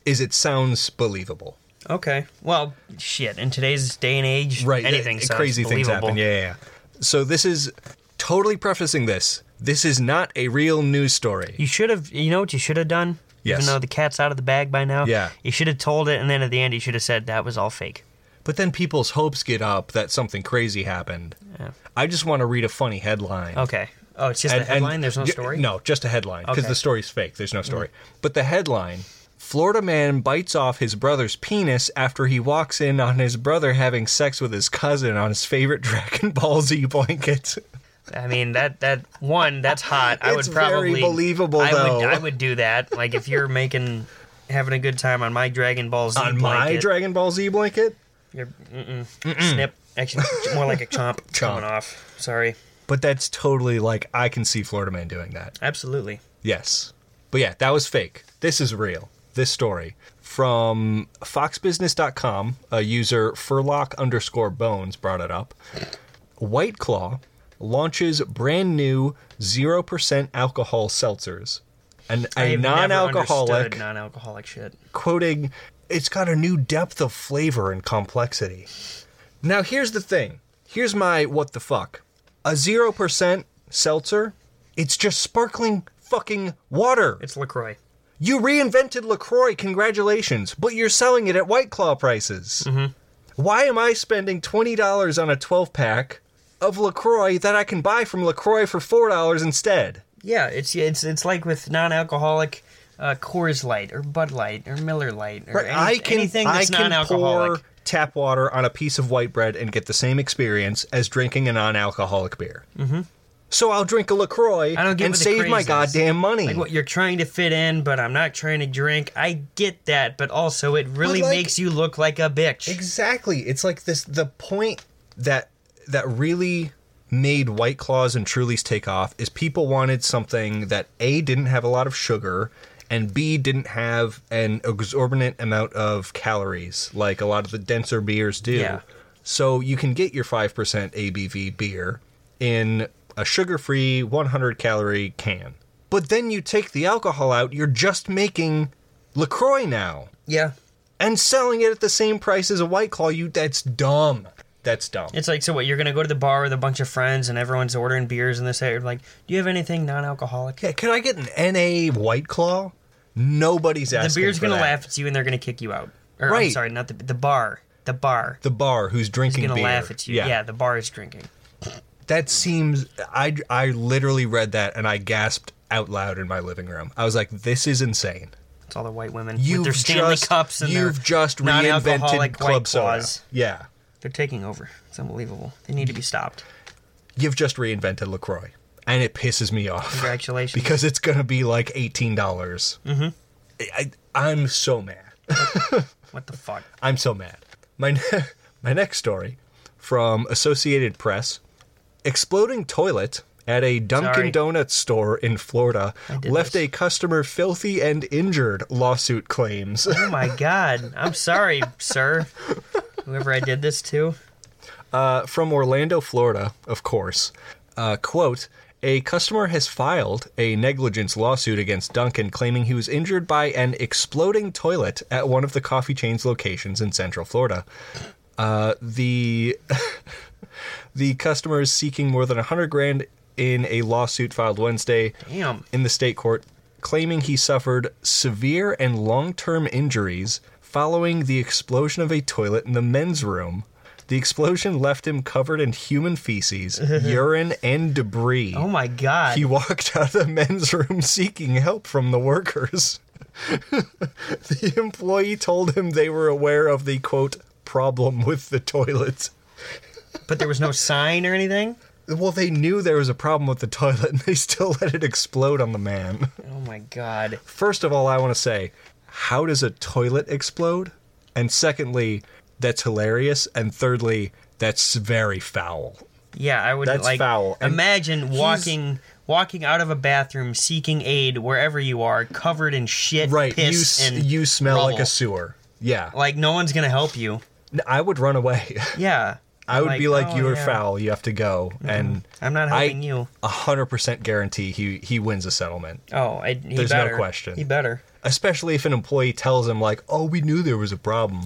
[SPEAKER 2] is it sounds believable.
[SPEAKER 1] Okay. Well, shit. In today's day and age,
[SPEAKER 2] right
[SPEAKER 1] anything
[SPEAKER 2] uh,
[SPEAKER 1] sounds
[SPEAKER 2] crazy things
[SPEAKER 1] believable.
[SPEAKER 2] happen yeah, yeah yeah so this is totally prefacing this this is not a real news story
[SPEAKER 1] You should have. You know what you should have done?
[SPEAKER 2] Yes.
[SPEAKER 1] Even though the cat's out of the bag by now.
[SPEAKER 2] Yeah.
[SPEAKER 1] You should have told it, and then at the end, you should have said that was all fake.
[SPEAKER 2] but then people's hopes get up that something crazy happened i just want to read a funny headline
[SPEAKER 1] Okay. Oh, it's just a
[SPEAKER 2] And- and-
[SPEAKER 1] headline. There's no
[SPEAKER 2] y-
[SPEAKER 1] story.
[SPEAKER 2] no just a headline because
[SPEAKER 1] Okay. Mm.
[SPEAKER 2] the story's fake there's no story but the headline florida man bites off his brother's penis after he walks in on his brother having sex with his cousin on his favorite [LAUGHS] dragon ball z blanket
[SPEAKER 1] I mean that that one.
[SPEAKER 2] [LAUGHS]
[SPEAKER 1] That's hot. I
[SPEAKER 2] It's
[SPEAKER 1] would
[SPEAKER 2] very
[SPEAKER 1] probably
[SPEAKER 2] believable,
[SPEAKER 1] I would
[SPEAKER 2] though.
[SPEAKER 1] I would do that. Like if you're making having a good time on my Dragon Ball Z
[SPEAKER 2] on my
[SPEAKER 1] blanket,
[SPEAKER 2] dragon ball z blanket
[SPEAKER 1] you're, mm-mm, snip. Actually, more like a
[SPEAKER 2] [LAUGHS]
[SPEAKER 1] chomp, coming off. Sorry.
[SPEAKER 2] But that's totally like I can see Florida Man doing that.
[SPEAKER 1] Absolutely.
[SPEAKER 2] Yes. But yeah, that was fake. This is real. This story from foxbusiness.com, a user furlock underscore bones brought it up. White Claw launches brand new 0% alcohol seltzers. And
[SPEAKER 1] I
[SPEAKER 2] a
[SPEAKER 1] have never
[SPEAKER 2] non
[SPEAKER 1] understood
[SPEAKER 2] alcoholic,
[SPEAKER 1] non-alcoholic shit.
[SPEAKER 2] quoting, it's got a new depth of flavor and complexity. Now, here's the thing. Here's my what the fuck. A 0% seltzer, it's just sparkling fucking water.
[SPEAKER 1] It's Lacroix.
[SPEAKER 2] You reinvented LaCroix, congratulations, but you're selling it at White Claw prices. Why am I spending $20 on a 12 pack of LaCroix that I can buy from LaCroix for $4 instead?
[SPEAKER 1] Yeah, it's it's it's like with non-alcoholic uh, Coors Light or Bud Light or Miller Light or
[SPEAKER 2] Right,
[SPEAKER 1] any-
[SPEAKER 2] I can
[SPEAKER 1] anything
[SPEAKER 2] I
[SPEAKER 1] that's
[SPEAKER 2] can
[SPEAKER 1] non-alcoholic.
[SPEAKER 2] pour tap water on a piece of white bread and get the same experience as drinking a non-alcoholic beer. Mm-hmm. So I'll drink a Lacroix
[SPEAKER 1] I don't get
[SPEAKER 2] and
[SPEAKER 1] what the
[SPEAKER 2] save
[SPEAKER 1] craze
[SPEAKER 2] my
[SPEAKER 1] is.
[SPEAKER 2] goddamn money.
[SPEAKER 1] Like what you're trying to fit in, but I'm not trying to drink. I get that, but also it really
[SPEAKER 2] like-
[SPEAKER 1] makes you look like a bitch.
[SPEAKER 2] Exactly. It's like this the point that that really made White Claws and Trulies take off is people wanted something that A didn't have a lot of sugar and B didn't have an exorbitant amount of calories like a lot of the denser beers do.
[SPEAKER 1] Yeah.
[SPEAKER 2] So you can get your 5% ABV beer in a sugar-free 100 calorie can. But then you take the alcohol out, you're just making LaCroix now
[SPEAKER 1] yeah.
[SPEAKER 2] and selling it at the same price as a white claw you that's dumb that's dumb
[SPEAKER 1] It's like so what you're gonna go to the bar with a bunch of friends and everyone's ordering beers and this that, you're like, do you have anything non-alcoholic?
[SPEAKER 2] yeah, can i get an na white claw nobody's
[SPEAKER 1] the
[SPEAKER 2] asking
[SPEAKER 1] beer's
[SPEAKER 2] for
[SPEAKER 1] gonna
[SPEAKER 2] that.
[SPEAKER 1] laugh at you and they're gonna kick you out. Or, I'm
[SPEAKER 2] Right.
[SPEAKER 1] sorry, not the the bar. The bar.
[SPEAKER 2] the bar who's drinking
[SPEAKER 1] gonna
[SPEAKER 2] beer
[SPEAKER 1] laugh at you. Yeah. the bar is drinking.
[SPEAKER 2] that seems i i literally read that and i gasped out loud in my living room i was like this is insane
[SPEAKER 1] It's all the white women
[SPEAKER 2] you've
[SPEAKER 1] with their Stanley
[SPEAKER 2] just
[SPEAKER 1] cups and
[SPEAKER 2] you've
[SPEAKER 1] their
[SPEAKER 2] just
[SPEAKER 1] non-alcoholic
[SPEAKER 2] reinvented club
[SPEAKER 1] White
[SPEAKER 2] soda
[SPEAKER 1] Claws.
[SPEAKER 2] yeah
[SPEAKER 1] They're taking over. It's unbelievable. They need to be stopped.
[SPEAKER 2] you've just reinvented lacroix and it pisses me off
[SPEAKER 1] [LAUGHS] Congratulations.
[SPEAKER 2] because it's gonna be like eighteen dollars. Mm-hmm. I, I, I'm so mad.
[SPEAKER 1] what the fuck?
[SPEAKER 2] I'm so mad. My ne- [LAUGHS] my next story from Associated Press: exploding toilet at a Dunkin'
[SPEAKER 1] Sorry.
[SPEAKER 2] Donuts store in Florida
[SPEAKER 1] did
[SPEAKER 2] left
[SPEAKER 1] this.
[SPEAKER 2] a customer filthy and injured. Lawsuit claims. [LAUGHS]
[SPEAKER 1] Oh my god. I'm sorry, sir. Whoever I did this to.
[SPEAKER 2] Uh, from Orlando, Florida, of course. Uh, quote. A customer has filed a negligence lawsuit against Duncan claiming he was injured by an exploding toilet at one of the coffee chain's locations in Central Florida. Uh, the [LAUGHS] the customer is seeking more than 100 grand in a lawsuit filed Wednesday
[SPEAKER 1] Damn.
[SPEAKER 2] in the state court claiming he suffered severe and long-term injuries following the explosion of a toilet in the men's room. The explosion left him covered in
[SPEAKER 1] [LAUGHS]
[SPEAKER 2] human feces, urine, and debris.
[SPEAKER 1] Oh my god.
[SPEAKER 2] He walked out of the men's room seeking help from the workers. [LAUGHS] the employee told him they were aware of the quote problem with the toilet.
[SPEAKER 1] but there was no sign or anything?
[SPEAKER 2] Well, they knew there was a problem with the toilet and they still let it explode on the man.
[SPEAKER 1] Oh my god.
[SPEAKER 2] First of all, I want to say, how does a toilet explode? And secondly, that's hilarious. And thirdly, that's very foul.
[SPEAKER 1] Yeah, I would
[SPEAKER 2] That's
[SPEAKER 1] like
[SPEAKER 2] foul. And
[SPEAKER 1] imagine
[SPEAKER 2] he's-
[SPEAKER 1] walking walking out of a bathroom seeking aid wherever you are, covered in shit,
[SPEAKER 2] Right. You,
[SPEAKER 1] piss,
[SPEAKER 2] s-
[SPEAKER 1] and
[SPEAKER 2] you smell like
[SPEAKER 1] rubble.
[SPEAKER 2] a sewer. Yeah.
[SPEAKER 1] like no one's gonna help you.
[SPEAKER 2] N- I would run away. [LAUGHS]
[SPEAKER 1] Yeah.
[SPEAKER 2] I would be like,
[SPEAKER 1] oh,
[SPEAKER 2] you are
[SPEAKER 1] yeah. Mm-hmm.
[SPEAKER 2] foul. You have to go. And
[SPEAKER 1] I'm not
[SPEAKER 2] I
[SPEAKER 1] helping you.
[SPEAKER 2] 100% guarantee he, he wins a settlement.
[SPEAKER 1] Oh, I, he
[SPEAKER 2] There's no
[SPEAKER 1] better.
[SPEAKER 2] question.
[SPEAKER 1] He better.
[SPEAKER 2] Especially if an employee tells him, like, oh, we knew there was a problem.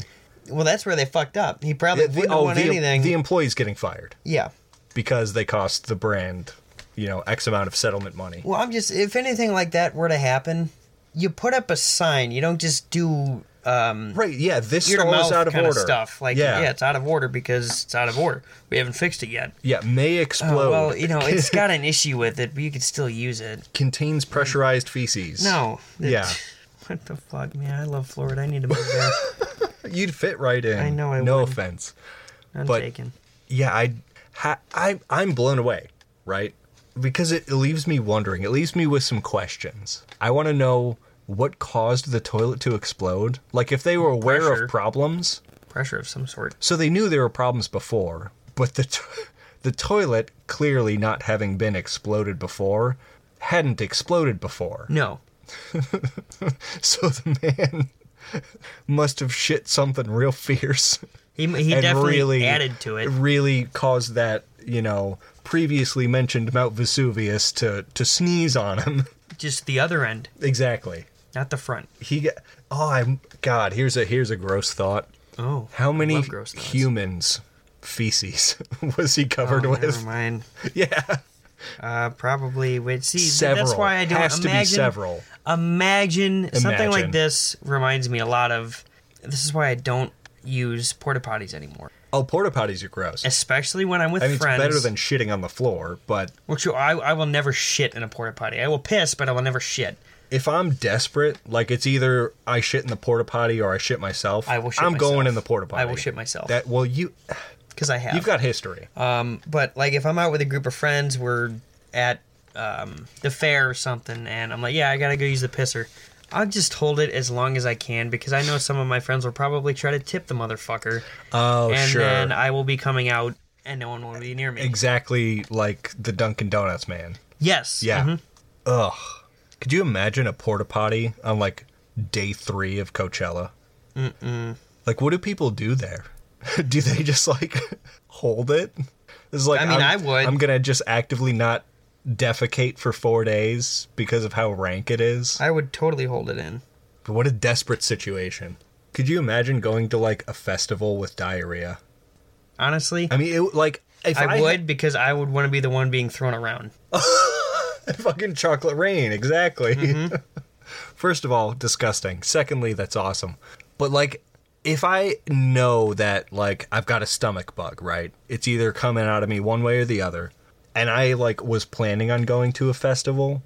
[SPEAKER 1] Well, that's where they fucked up. He probably
[SPEAKER 2] The-
[SPEAKER 1] wouldn't
[SPEAKER 2] oh,
[SPEAKER 1] want
[SPEAKER 2] the,
[SPEAKER 1] anything.
[SPEAKER 2] the employee's getting fired
[SPEAKER 1] yeah.
[SPEAKER 2] because they cost the brand, you know, X amount of settlement money.
[SPEAKER 1] Well, I'm just if anything like that were to happen, you put up a sign. You don't just do um,
[SPEAKER 2] Right, yeah, this
[SPEAKER 1] ear to
[SPEAKER 2] stall
[SPEAKER 1] mouth
[SPEAKER 2] is out of
[SPEAKER 1] kind
[SPEAKER 2] order.
[SPEAKER 1] of stuff. Like,
[SPEAKER 2] yeah,
[SPEAKER 1] yeah. it's out of order because it's out of order. We haven't fixed it yet.
[SPEAKER 2] yeah, may explode.
[SPEAKER 1] Oh, well, you know, it's got
[SPEAKER 2] [LAUGHS]
[SPEAKER 1] an issue with it, but you could still use it.
[SPEAKER 2] contains pressurized feces.
[SPEAKER 1] No. it-
[SPEAKER 2] Yeah.
[SPEAKER 1] [LAUGHS] What the fuck, man? I love Florida. I need to move
[SPEAKER 2] [LAUGHS]
[SPEAKER 1] there.
[SPEAKER 2] you'd fit right in.
[SPEAKER 1] I know I
[SPEAKER 2] No
[SPEAKER 1] would.
[SPEAKER 2] offense.
[SPEAKER 1] I'm
[SPEAKER 2] But-
[SPEAKER 1] taken.
[SPEAKER 2] Yeah, I, ha, I, I'm blown away, right? Because it, it leaves me wondering. It leaves me with some questions. I want to know what caused the toilet to explode. Like, if they were aware
[SPEAKER 1] Pressure.
[SPEAKER 2] of problems,
[SPEAKER 1] Pressure of some sort.
[SPEAKER 2] So they knew there were problems before, but the t- the toilet clearly not having been exploded before hadn't exploded before.
[SPEAKER 1] No.
[SPEAKER 2] [LAUGHS] So the man [LAUGHS] must have shit something real fierce
[SPEAKER 1] He, [LAUGHS] he
[SPEAKER 2] and
[SPEAKER 1] definitely
[SPEAKER 2] really
[SPEAKER 1] added to it.
[SPEAKER 2] Really caused that, you know, previously mentioned Mount Vesuvius to to sneeze on him. [LAUGHS]
[SPEAKER 1] Just the other end,
[SPEAKER 2] exactly.
[SPEAKER 1] not the front.
[SPEAKER 2] He got, oh, I'm god, here's a here's a gross thought.
[SPEAKER 1] Oh.
[SPEAKER 2] How many
[SPEAKER 1] love gross thoughts.
[SPEAKER 2] humans feces [LAUGHS] was he covered
[SPEAKER 1] Oh,
[SPEAKER 2] [LAUGHS] with?
[SPEAKER 1] Never mind.
[SPEAKER 2] Yeah.
[SPEAKER 1] Uh, probably would see.
[SPEAKER 2] several.
[SPEAKER 1] That's why I don't
[SPEAKER 2] has
[SPEAKER 1] imagine.
[SPEAKER 2] to be several.
[SPEAKER 1] Imagine, something
[SPEAKER 2] Imagine.
[SPEAKER 1] like this reminds me a lot of. This is why I don't use porta potties anymore,
[SPEAKER 2] Oh, porta potties are gross.
[SPEAKER 1] especially when I'm with
[SPEAKER 2] I mean,
[SPEAKER 1] friends.
[SPEAKER 2] it's better than shitting on the floor, but
[SPEAKER 1] Which I, I will never shit in a porta potty. I will piss, but I will never shit.
[SPEAKER 2] if I'm desperate, like it's either I shit in the porta potty or I shit myself.
[SPEAKER 1] I will shit
[SPEAKER 2] I'm going
[SPEAKER 1] myself.
[SPEAKER 2] in the porta potty.
[SPEAKER 1] I will shit myself.
[SPEAKER 2] That
[SPEAKER 1] [SIGHS]
[SPEAKER 2] well, you
[SPEAKER 1] because I have.
[SPEAKER 2] you've got history.
[SPEAKER 1] Um, but like if I'm out with a group of friends, we're at um, the fair or something, and I'm like, yeah, I gotta go use the pisser. I'll just hold it as long as I can because I know some of my friends will probably try to tip the motherfucker,
[SPEAKER 2] oh
[SPEAKER 1] and
[SPEAKER 2] sure,
[SPEAKER 1] then I will be coming out, and no one will be near me.
[SPEAKER 2] exactly like the Dunkin' Donuts man.
[SPEAKER 1] yes.
[SPEAKER 2] Yeah.
[SPEAKER 1] Mhm.
[SPEAKER 2] Ugh. Could you imagine a porta potty on like day three of Coachella? Mm-mm. Like, what do people do there? [LAUGHS] do they just like [LAUGHS] hold it? This is like
[SPEAKER 1] I mean,
[SPEAKER 2] I'm-
[SPEAKER 1] I would.
[SPEAKER 2] I'm gonna just actively not defecate for four days because of how rank it is.
[SPEAKER 1] I would totally hold it in.
[SPEAKER 2] But what a desperate situation. Could you imagine going to like a festival with diarrhea?
[SPEAKER 1] Honestly,
[SPEAKER 2] I mean, it like if
[SPEAKER 1] I,
[SPEAKER 2] I, had-
[SPEAKER 1] would because I would want to be the one being thrown around.
[SPEAKER 2] [LAUGHS] fucking chocolate rain exactly
[SPEAKER 1] Mm-hmm.
[SPEAKER 2] [LAUGHS] first of all disgusting secondly that's awesome but like if i know that like i've got a stomach bug right it's either coming out of me one way or the other and i like was planning on going to a festival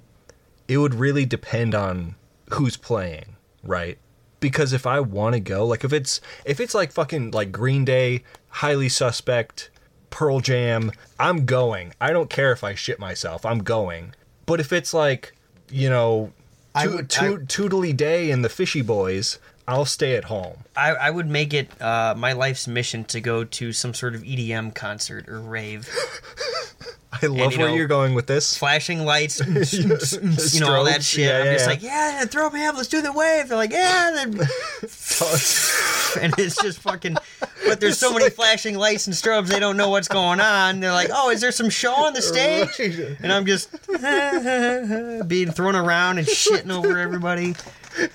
[SPEAKER 2] it would really depend on who's playing right because if i want to go like if it's if it's like fucking like green day highly suspect pearl jam i'm going i don't care if i shit myself i'm going but if it's like you know
[SPEAKER 1] I
[SPEAKER 2] to,
[SPEAKER 1] would-
[SPEAKER 2] to, tootly day and the fishy boys i'll stay at home
[SPEAKER 1] I, I would make it uh, my life's mission to go to some sort of EDM concert or [LAUGHS] rave.
[SPEAKER 2] i love
[SPEAKER 1] you
[SPEAKER 2] where
[SPEAKER 1] know,
[SPEAKER 2] you're going with this [LAUGHS]
[SPEAKER 1] flashing [LAUGHS] lights, you know, all that
[SPEAKER 2] Strobes,
[SPEAKER 1] shit.
[SPEAKER 2] yeah,
[SPEAKER 1] I'm
[SPEAKER 2] yeah,
[SPEAKER 1] just
[SPEAKER 2] yeah.
[SPEAKER 1] like, yeah, throw me up, let's do the wave. They're like, yeah, then, [LAUGHS] and it's just fucking. But [LAUGHS] there's so many flashing lights and strobes, they don't know what's going on. They're like, oh, is there some show on the stage? [LAUGHS]
[SPEAKER 2] Right.
[SPEAKER 1] And I'm just being thrown around and shitting over everybody.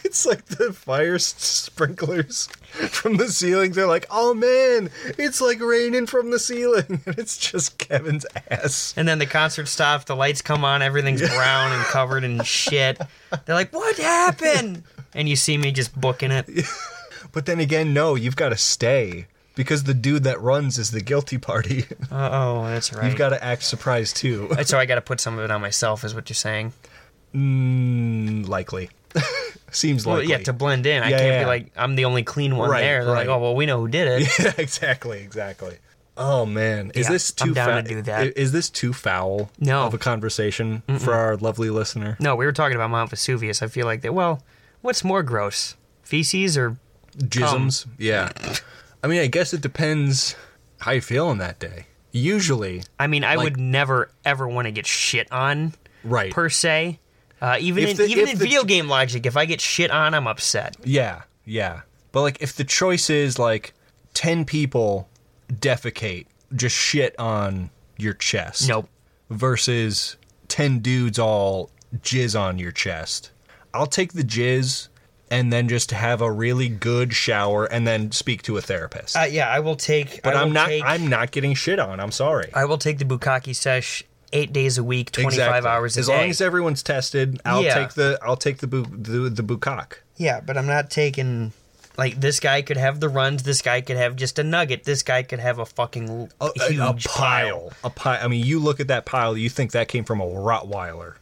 [SPEAKER 2] It's like the fire s- sprinklers from the ceiling. They're like, oh man, it's like raining from the ceiling. [LAUGHS] And it's just Kevin's ass.
[SPEAKER 1] And then the concert stops, the lights come on, everything's brown and covered in shit. They're like, what happened? And you see me just booking it.
[SPEAKER 2] But then again, no, you've got to stay because the dude that runs is the guilty party. [LAUGHS]
[SPEAKER 1] Uh oh, that's right.
[SPEAKER 2] You've got to act surprised too.
[SPEAKER 1] so I got to put some of it on myself, is what you're saying.
[SPEAKER 2] Mm, likely. [LAUGHS] Seems
[SPEAKER 1] Well,
[SPEAKER 2] likely.
[SPEAKER 1] yeah, to blend in. I
[SPEAKER 2] Yeah,
[SPEAKER 1] can't
[SPEAKER 2] yeah.
[SPEAKER 1] be like, I'm the only clean one
[SPEAKER 2] Right,
[SPEAKER 1] there. They're like,
[SPEAKER 2] right.
[SPEAKER 1] oh, well, we know who did it.
[SPEAKER 2] [LAUGHS] Yeah, exactly, exactly. Oh man, is
[SPEAKER 1] Yeah,
[SPEAKER 2] this
[SPEAKER 1] I'm
[SPEAKER 2] too
[SPEAKER 1] down
[SPEAKER 2] foul?
[SPEAKER 1] to do that.
[SPEAKER 2] i- Is this too foul
[SPEAKER 1] No.
[SPEAKER 2] of a conversation for our lovely listener?
[SPEAKER 1] No, we were talking about Mount Vesuvius. I feel like that, well, what's more gross? Feces or.
[SPEAKER 2] jisms. Yeah. I mean, I guess it depends how you're feeling that day. Usually,
[SPEAKER 1] I mean, I
[SPEAKER 2] Like-
[SPEAKER 1] would never, ever want to get shit on,
[SPEAKER 2] right?
[SPEAKER 1] per se. Uh, even
[SPEAKER 2] If
[SPEAKER 1] in,
[SPEAKER 2] the-
[SPEAKER 1] even
[SPEAKER 2] if
[SPEAKER 1] in
[SPEAKER 2] the-
[SPEAKER 1] video game logic, if I get shit on, I'm upset.
[SPEAKER 2] yeah, yeah. But like, if the choice is like ten people defecate, just shit on your chest.
[SPEAKER 1] Nope.
[SPEAKER 2] Versus ten dudes all jizz on your chest. I'll take the jizz and then just have a really good shower and then speak to a therapist.
[SPEAKER 1] Uh, yeah, I will take.
[SPEAKER 2] but
[SPEAKER 1] I will
[SPEAKER 2] I'm not.
[SPEAKER 1] Take,
[SPEAKER 2] I'm not getting shit on. I'm sorry.
[SPEAKER 1] I will take the bukkake sesh eight days a week, 25
[SPEAKER 2] Exactly.
[SPEAKER 1] hours a
[SPEAKER 2] as
[SPEAKER 1] day.
[SPEAKER 2] long as everyone's tested i'll
[SPEAKER 1] Yeah.
[SPEAKER 2] take the i'll take the bu- the, the bukkak
[SPEAKER 1] Yeah, but I'm not taking. Like this guy could have the runs. This guy could have just a nugget. This guy could have a fucking
[SPEAKER 2] a, a- a
[SPEAKER 1] huge pile.
[SPEAKER 2] a pile i mean you look at that pile you think that came from a rottweiler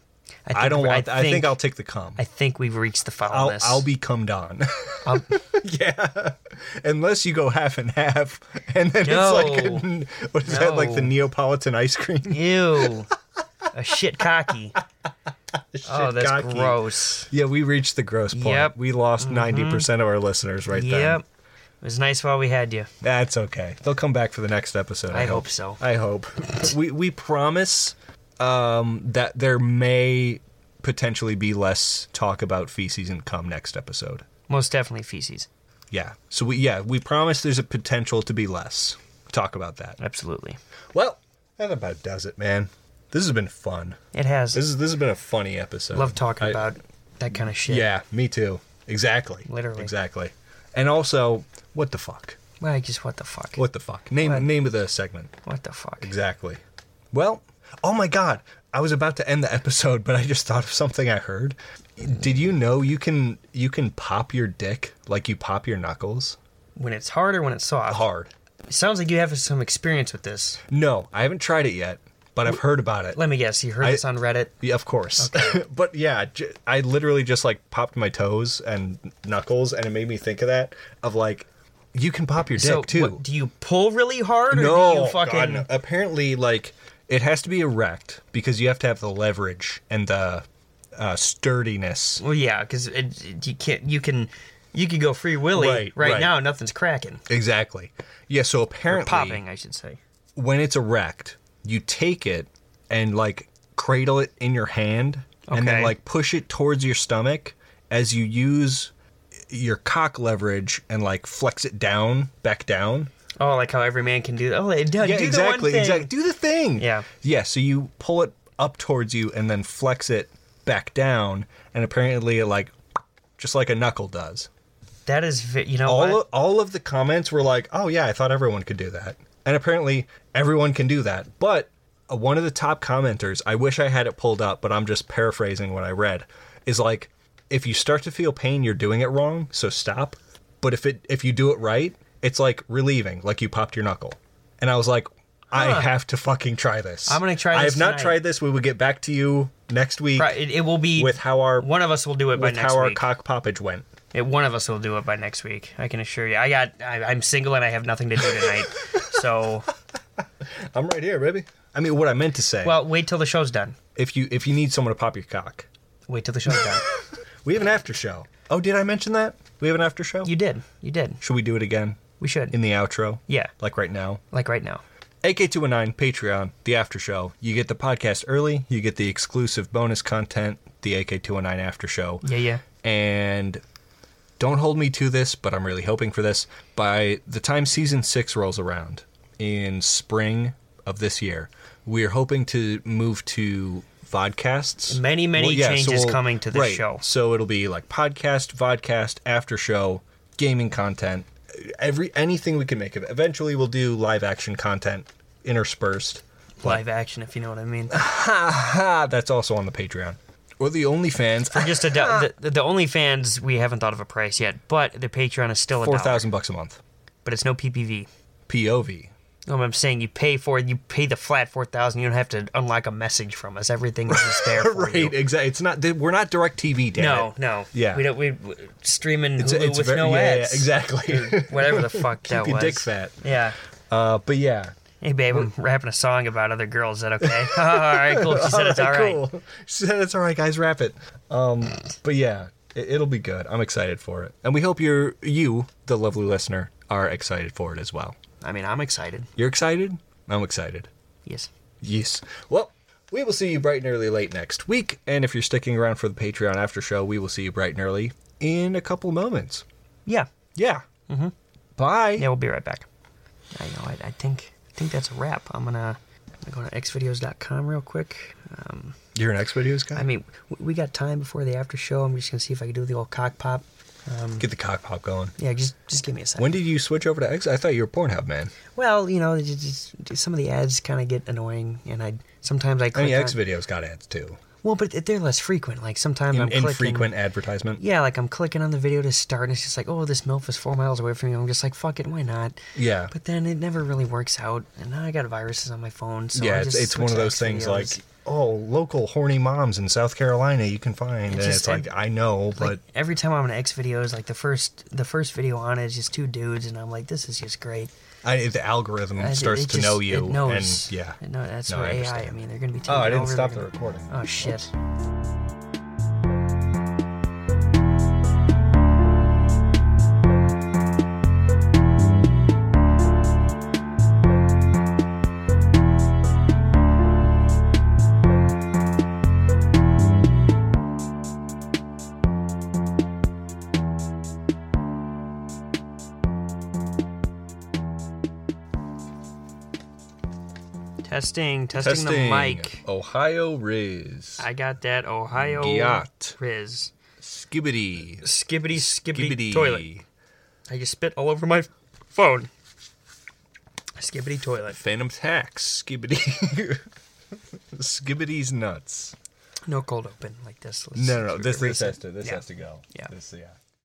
[SPEAKER 2] i,
[SPEAKER 1] think-
[SPEAKER 2] don't want
[SPEAKER 1] I
[SPEAKER 2] i think
[SPEAKER 1] think-
[SPEAKER 2] i'll take the cum
[SPEAKER 1] I think Um, we've reached the
[SPEAKER 2] I'll,
[SPEAKER 1] foulness.
[SPEAKER 2] I'll be cummed on. [LAUGHS] yeah. Unless you go half and half. And then
[SPEAKER 1] No.
[SPEAKER 2] it's like, a, what is that, like the
[SPEAKER 1] No.
[SPEAKER 2] Neapolitan ice cream?
[SPEAKER 1] [LAUGHS]
[SPEAKER 2] [LAUGHS]
[SPEAKER 1] Ew. a shit cocky. oh, that's
[SPEAKER 2] Shitcocky.
[SPEAKER 1] gross.
[SPEAKER 2] Yeah, we reached the gross point.
[SPEAKER 1] Yep. Mm-hmm.
[SPEAKER 2] We lost 90% of our listeners right there.
[SPEAKER 1] Yep. It was nice while we had you.
[SPEAKER 2] That's okay. They'll come back for the next episode. I,
[SPEAKER 1] I hope so.
[SPEAKER 2] I hope. we we promise um, that there may potentially be less talk about feces and cum next episode.
[SPEAKER 1] Most definitely feces.
[SPEAKER 2] Yeah. So we yeah we promise there's a potential to be less talk about that.
[SPEAKER 1] Absolutely.
[SPEAKER 2] Well, that about does it, man. This has been fun.
[SPEAKER 1] It has.
[SPEAKER 2] This is this has been a funny episode.
[SPEAKER 1] Love talking
[SPEAKER 2] I-
[SPEAKER 1] about that kind of shit.
[SPEAKER 2] Yeah, me too. Exactly.
[SPEAKER 1] Literally.
[SPEAKER 2] Exactly. And also, what the fuck?
[SPEAKER 1] Like, just what the fuck?
[SPEAKER 2] What the fuck? Name
[SPEAKER 1] What?
[SPEAKER 2] name of the segment.
[SPEAKER 1] What the fuck?
[SPEAKER 2] Exactly. Well, oh my God. I was about to end the episode, but I just thought of something I heard. Did you know you can you can pop your dick like you pop your knuckles?
[SPEAKER 1] When it's hard or when it's soft?
[SPEAKER 2] Hard.
[SPEAKER 1] Sounds like you have some experience with this.
[SPEAKER 2] No, I haven't tried it yet, but I've heard about it.
[SPEAKER 1] Let me guess. You heard
[SPEAKER 2] I-
[SPEAKER 1] this on Reddit.
[SPEAKER 2] Yeah, of course. [LAUGHS] but yeah, j- I literally just like popped my toes and knuckles, and it made me think of that. Of like, you can pop your dick
[SPEAKER 1] so
[SPEAKER 2] too.
[SPEAKER 1] what, do you pull really hard or do you fucking?
[SPEAKER 2] God, no. apparently, like it has to be erect because you have to have the leverage and the uh, sturdiness.
[SPEAKER 1] Well, yeah, because you can't. You can. You can go free willy
[SPEAKER 2] Right,
[SPEAKER 1] right,
[SPEAKER 2] right.
[SPEAKER 1] now. Nothing's cracking.
[SPEAKER 2] Exactly. Yeah. So apparently,
[SPEAKER 1] Popping, I should say.
[SPEAKER 2] when it's erect, you take it and like cradle it in your hand and then
[SPEAKER 1] Okay.
[SPEAKER 2] like push it towards your stomach as you use your cock leverage and like flex it down, back down.
[SPEAKER 1] Oh, like how every man can do that. Oh, they do, do the one
[SPEAKER 2] exactly.
[SPEAKER 1] thing.
[SPEAKER 2] Exactly. Do the thing.
[SPEAKER 1] Yeah.
[SPEAKER 2] Yeah. So you pull it up towards you and then flex it back down, and apparently it like just like a knuckle does.
[SPEAKER 1] That is, vi- you know,
[SPEAKER 2] All
[SPEAKER 1] what?
[SPEAKER 2] of, all of the comments were like, "Oh yeah, I thought everyone could do that," and apparently everyone can do that. But uh, one of the top commenters, I wish I had it pulled up, but I'm just paraphrasing what I read, is like, "If you start to feel pain, you're doing it wrong, so stop." But if it if you do it right, it's like relieving, like you popped your knuckle. And I was like, "I have to fucking try this.
[SPEAKER 1] I'm gonna try
[SPEAKER 2] I
[SPEAKER 1] this
[SPEAKER 2] have not
[SPEAKER 1] tonight.
[SPEAKER 2] tried this. We will get back to you next week
[SPEAKER 1] Right, it, it will be
[SPEAKER 2] with how our
[SPEAKER 1] one of us will do it by
[SPEAKER 2] with
[SPEAKER 1] next
[SPEAKER 2] how our
[SPEAKER 1] week.
[SPEAKER 2] cock poppage went."
[SPEAKER 1] It- one of us will do it by next week. I can assure you. I got. I, I'm single and I have nothing to do
[SPEAKER 2] [LAUGHS]
[SPEAKER 1] tonight. so,
[SPEAKER 2] I'm right here, baby. I mean, what I meant to say.
[SPEAKER 1] well, wait till the show's done.
[SPEAKER 2] if you if you need someone to pop your cock.
[SPEAKER 1] Wait till the show's [LAUGHS] done.
[SPEAKER 2] We have an after show. Oh, did I mention that? We have an after show?
[SPEAKER 1] You did. You did.
[SPEAKER 2] Should we do it again
[SPEAKER 1] We should.
[SPEAKER 2] in the outro?
[SPEAKER 1] yeah. Like,
[SPEAKER 2] Like right now.
[SPEAKER 1] right now.
[SPEAKER 2] AK219 oh Patreon, the after show. You get the podcast early, you get the exclusive bonus content, the AK219 oh after show.
[SPEAKER 1] Yeah, yeah.
[SPEAKER 2] And don't hold me to this, but I'm really hoping for this. By the time season six rolls around in spring of this year, we are hoping to move to vodcasts.
[SPEAKER 1] Many, many changes coming to this
[SPEAKER 2] right.
[SPEAKER 1] show.
[SPEAKER 2] So it'll be like podcast, vodcast, after show, gaming content, every anything we can make of it. Eventually, we'll do live action content interspersed.
[SPEAKER 1] Live action, if you know what I [LAUGHS] mean.
[SPEAKER 2] Ah, that's also on the Patreon or the OnlyFans.
[SPEAKER 1] For just a do- the, the OnlyFans, we haven't thought of a price yet, but the Patreon is still a
[SPEAKER 2] Four
[SPEAKER 1] dollar,
[SPEAKER 2] thousand bucks a month.
[SPEAKER 1] but it's no PPV.
[SPEAKER 2] POV.
[SPEAKER 1] No, I'm saying you pay for it. You pay the flat four thousand. You don't have to unlock a message from us. Everything is just [LAUGHS] there for you.
[SPEAKER 2] Right, exactly. It's not. We're not direct TV, damn
[SPEAKER 1] No,
[SPEAKER 2] it.
[SPEAKER 1] no.
[SPEAKER 2] Yeah.
[SPEAKER 1] We don't. We streaming
[SPEAKER 2] It's-
[SPEAKER 1] Hulu
[SPEAKER 2] it's
[SPEAKER 1] with
[SPEAKER 2] very-
[SPEAKER 1] no
[SPEAKER 2] yeah,
[SPEAKER 1] ads.
[SPEAKER 2] yeah, exactly.
[SPEAKER 1] Or Whatever [LAUGHS] the fuck that
[SPEAKER 2] your
[SPEAKER 1] was.
[SPEAKER 2] dick fat.
[SPEAKER 1] Yeah.
[SPEAKER 2] Uh, but yeah,
[SPEAKER 1] Hey babe, I'm rapping a song about other girls. Is that okay? [LAUGHS] all right, cool. She
[SPEAKER 2] [LAUGHS]
[SPEAKER 1] said it's all right.
[SPEAKER 2] cool. She said it's all right, guys. Wrap it. Um, but yeah, it, it'll be good. I'm excited for it, and we hope you're you, the lovely listener, are excited for it as well.
[SPEAKER 1] I mean, I'm excited.
[SPEAKER 2] You're excited. I'm excited.
[SPEAKER 1] Yes.
[SPEAKER 2] Yes. Well, we will see you bright and early late next week, and if you're sticking around for the Patreon after show, we will see you bright and early in a couple moments.
[SPEAKER 1] Yeah.
[SPEAKER 2] Yeah. Mm-hmm. Bye.
[SPEAKER 1] Yeah, we'll be right back. I know. I, I think I think that's a wrap. I'm gonna, I'm gonna go to xvideos.com real quick. Um,
[SPEAKER 2] You're an X videos guy.
[SPEAKER 1] I mean, w- we got time before the after show. I'm just gonna see if I can do the old cock pop.
[SPEAKER 2] get the cock pop going.
[SPEAKER 1] Yeah, just just give me a second.
[SPEAKER 2] When did you switch over to X? I thought you were Pornhub man.
[SPEAKER 1] Well, you know, it's just, just some of the ads kind of get annoying, and I sometimes I
[SPEAKER 2] I
[SPEAKER 1] click
[SPEAKER 2] mean,
[SPEAKER 1] on-
[SPEAKER 2] X videos got ads too.
[SPEAKER 1] Well, but they're less frequent. Like sometimes I'm
[SPEAKER 2] In,
[SPEAKER 1] clicking.
[SPEAKER 2] infrequent advertisement.
[SPEAKER 1] Yeah, like I'm clicking on the video to start, and it's just like, oh, this MILF is four miles away from me. I'm just like, fuck it, why not?
[SPEAKER 2] Yeah.
[SPEAKER 1] But then it never really works out, and now I got viruses on my phone. So I
[SPEAKER 2] yeah, it's,
[SPEAKER 1] just
[SPEAKER 2] it's one
[SPEAKER 1] switch
[SPEAKER 2] of
[SPEAKER 1] to
[SPEAKER 2] those things
[SPEAKER 1] Xvideos.
[SPEAKER 2] like, oh, local horny moms in South Carolina you can find. and
[SPEAKER 1] just-
[SPEAKER 2] it's like, I know, but
[SPEAKER 1] Like, every time I'm on X videos, like the first the first video on it is just two dudes, and I'm like, this is just great.
[SPEAKER 2] I, the algorithm
[SPEAKER 1] It-
[SPEAKER 2] starts
[SPEAKER 1] it
[SPEAKER 2] to
[SPEAKER 1] just-
[SPEAKER 2] know
[SPEAKER 1] It
[SPEAKER 2] you.
[SPEAKER 1] knows.
[SPEAKER 2] And yeah.
[SPEAKER 1] It know, that's
[SPEAKER 2] No,
[SPEAKER 1] where
[SPEAKER 2] I
[SPEAKER 1] AI. I
[SPEAKER 2] understand.
[SPEAKER 1] mean, they're going to be.
[SPEAKER 2] Oh,
[SPEAKER 1] Taking
[SPEAKER 2] I didn't
[SPEAKER 1] over,
[SPEAKER 2] stop
[SPEAKER 1] they're
[SPEAKER 2] the
[SPEAKER 1] gonna-
[SPEAKER 2] recording.
[SPEAKER 1] Oh shit. Testing, testing, the mic.
[SPEAKER 2] Ohio Riz.
[SPEAKER 1] I got that Ohio
[SPEAKER 2] Giat.
[SPEAKER 1] Riz.
[SPEAKER 2] Skibbity.
[SPEAKER 1] Skibbity, skibbity toilet. I just spit all over my phone. Skibbity toilet.
[SPEAKER 2] Phantom tax. Skibbity. [LAUGHS] Skibbity's nuts.
[SPEAKER 1] No cold open like this. Let's
[SPEAKER 2] No, no, no.
[SPEAKER 1] keep
[SPEAKER 2] This,
[SPEAKER 1] it
[SPEAKER 2] this
[SPEAKER 1] recent.
[SPEAKER 2] has to. This
[SPEAKER 1] Yeah.
[SPEAKER 2] has to go.
[SPEAKER 1] Yeah.
[SPEAKER 2] This, yeah.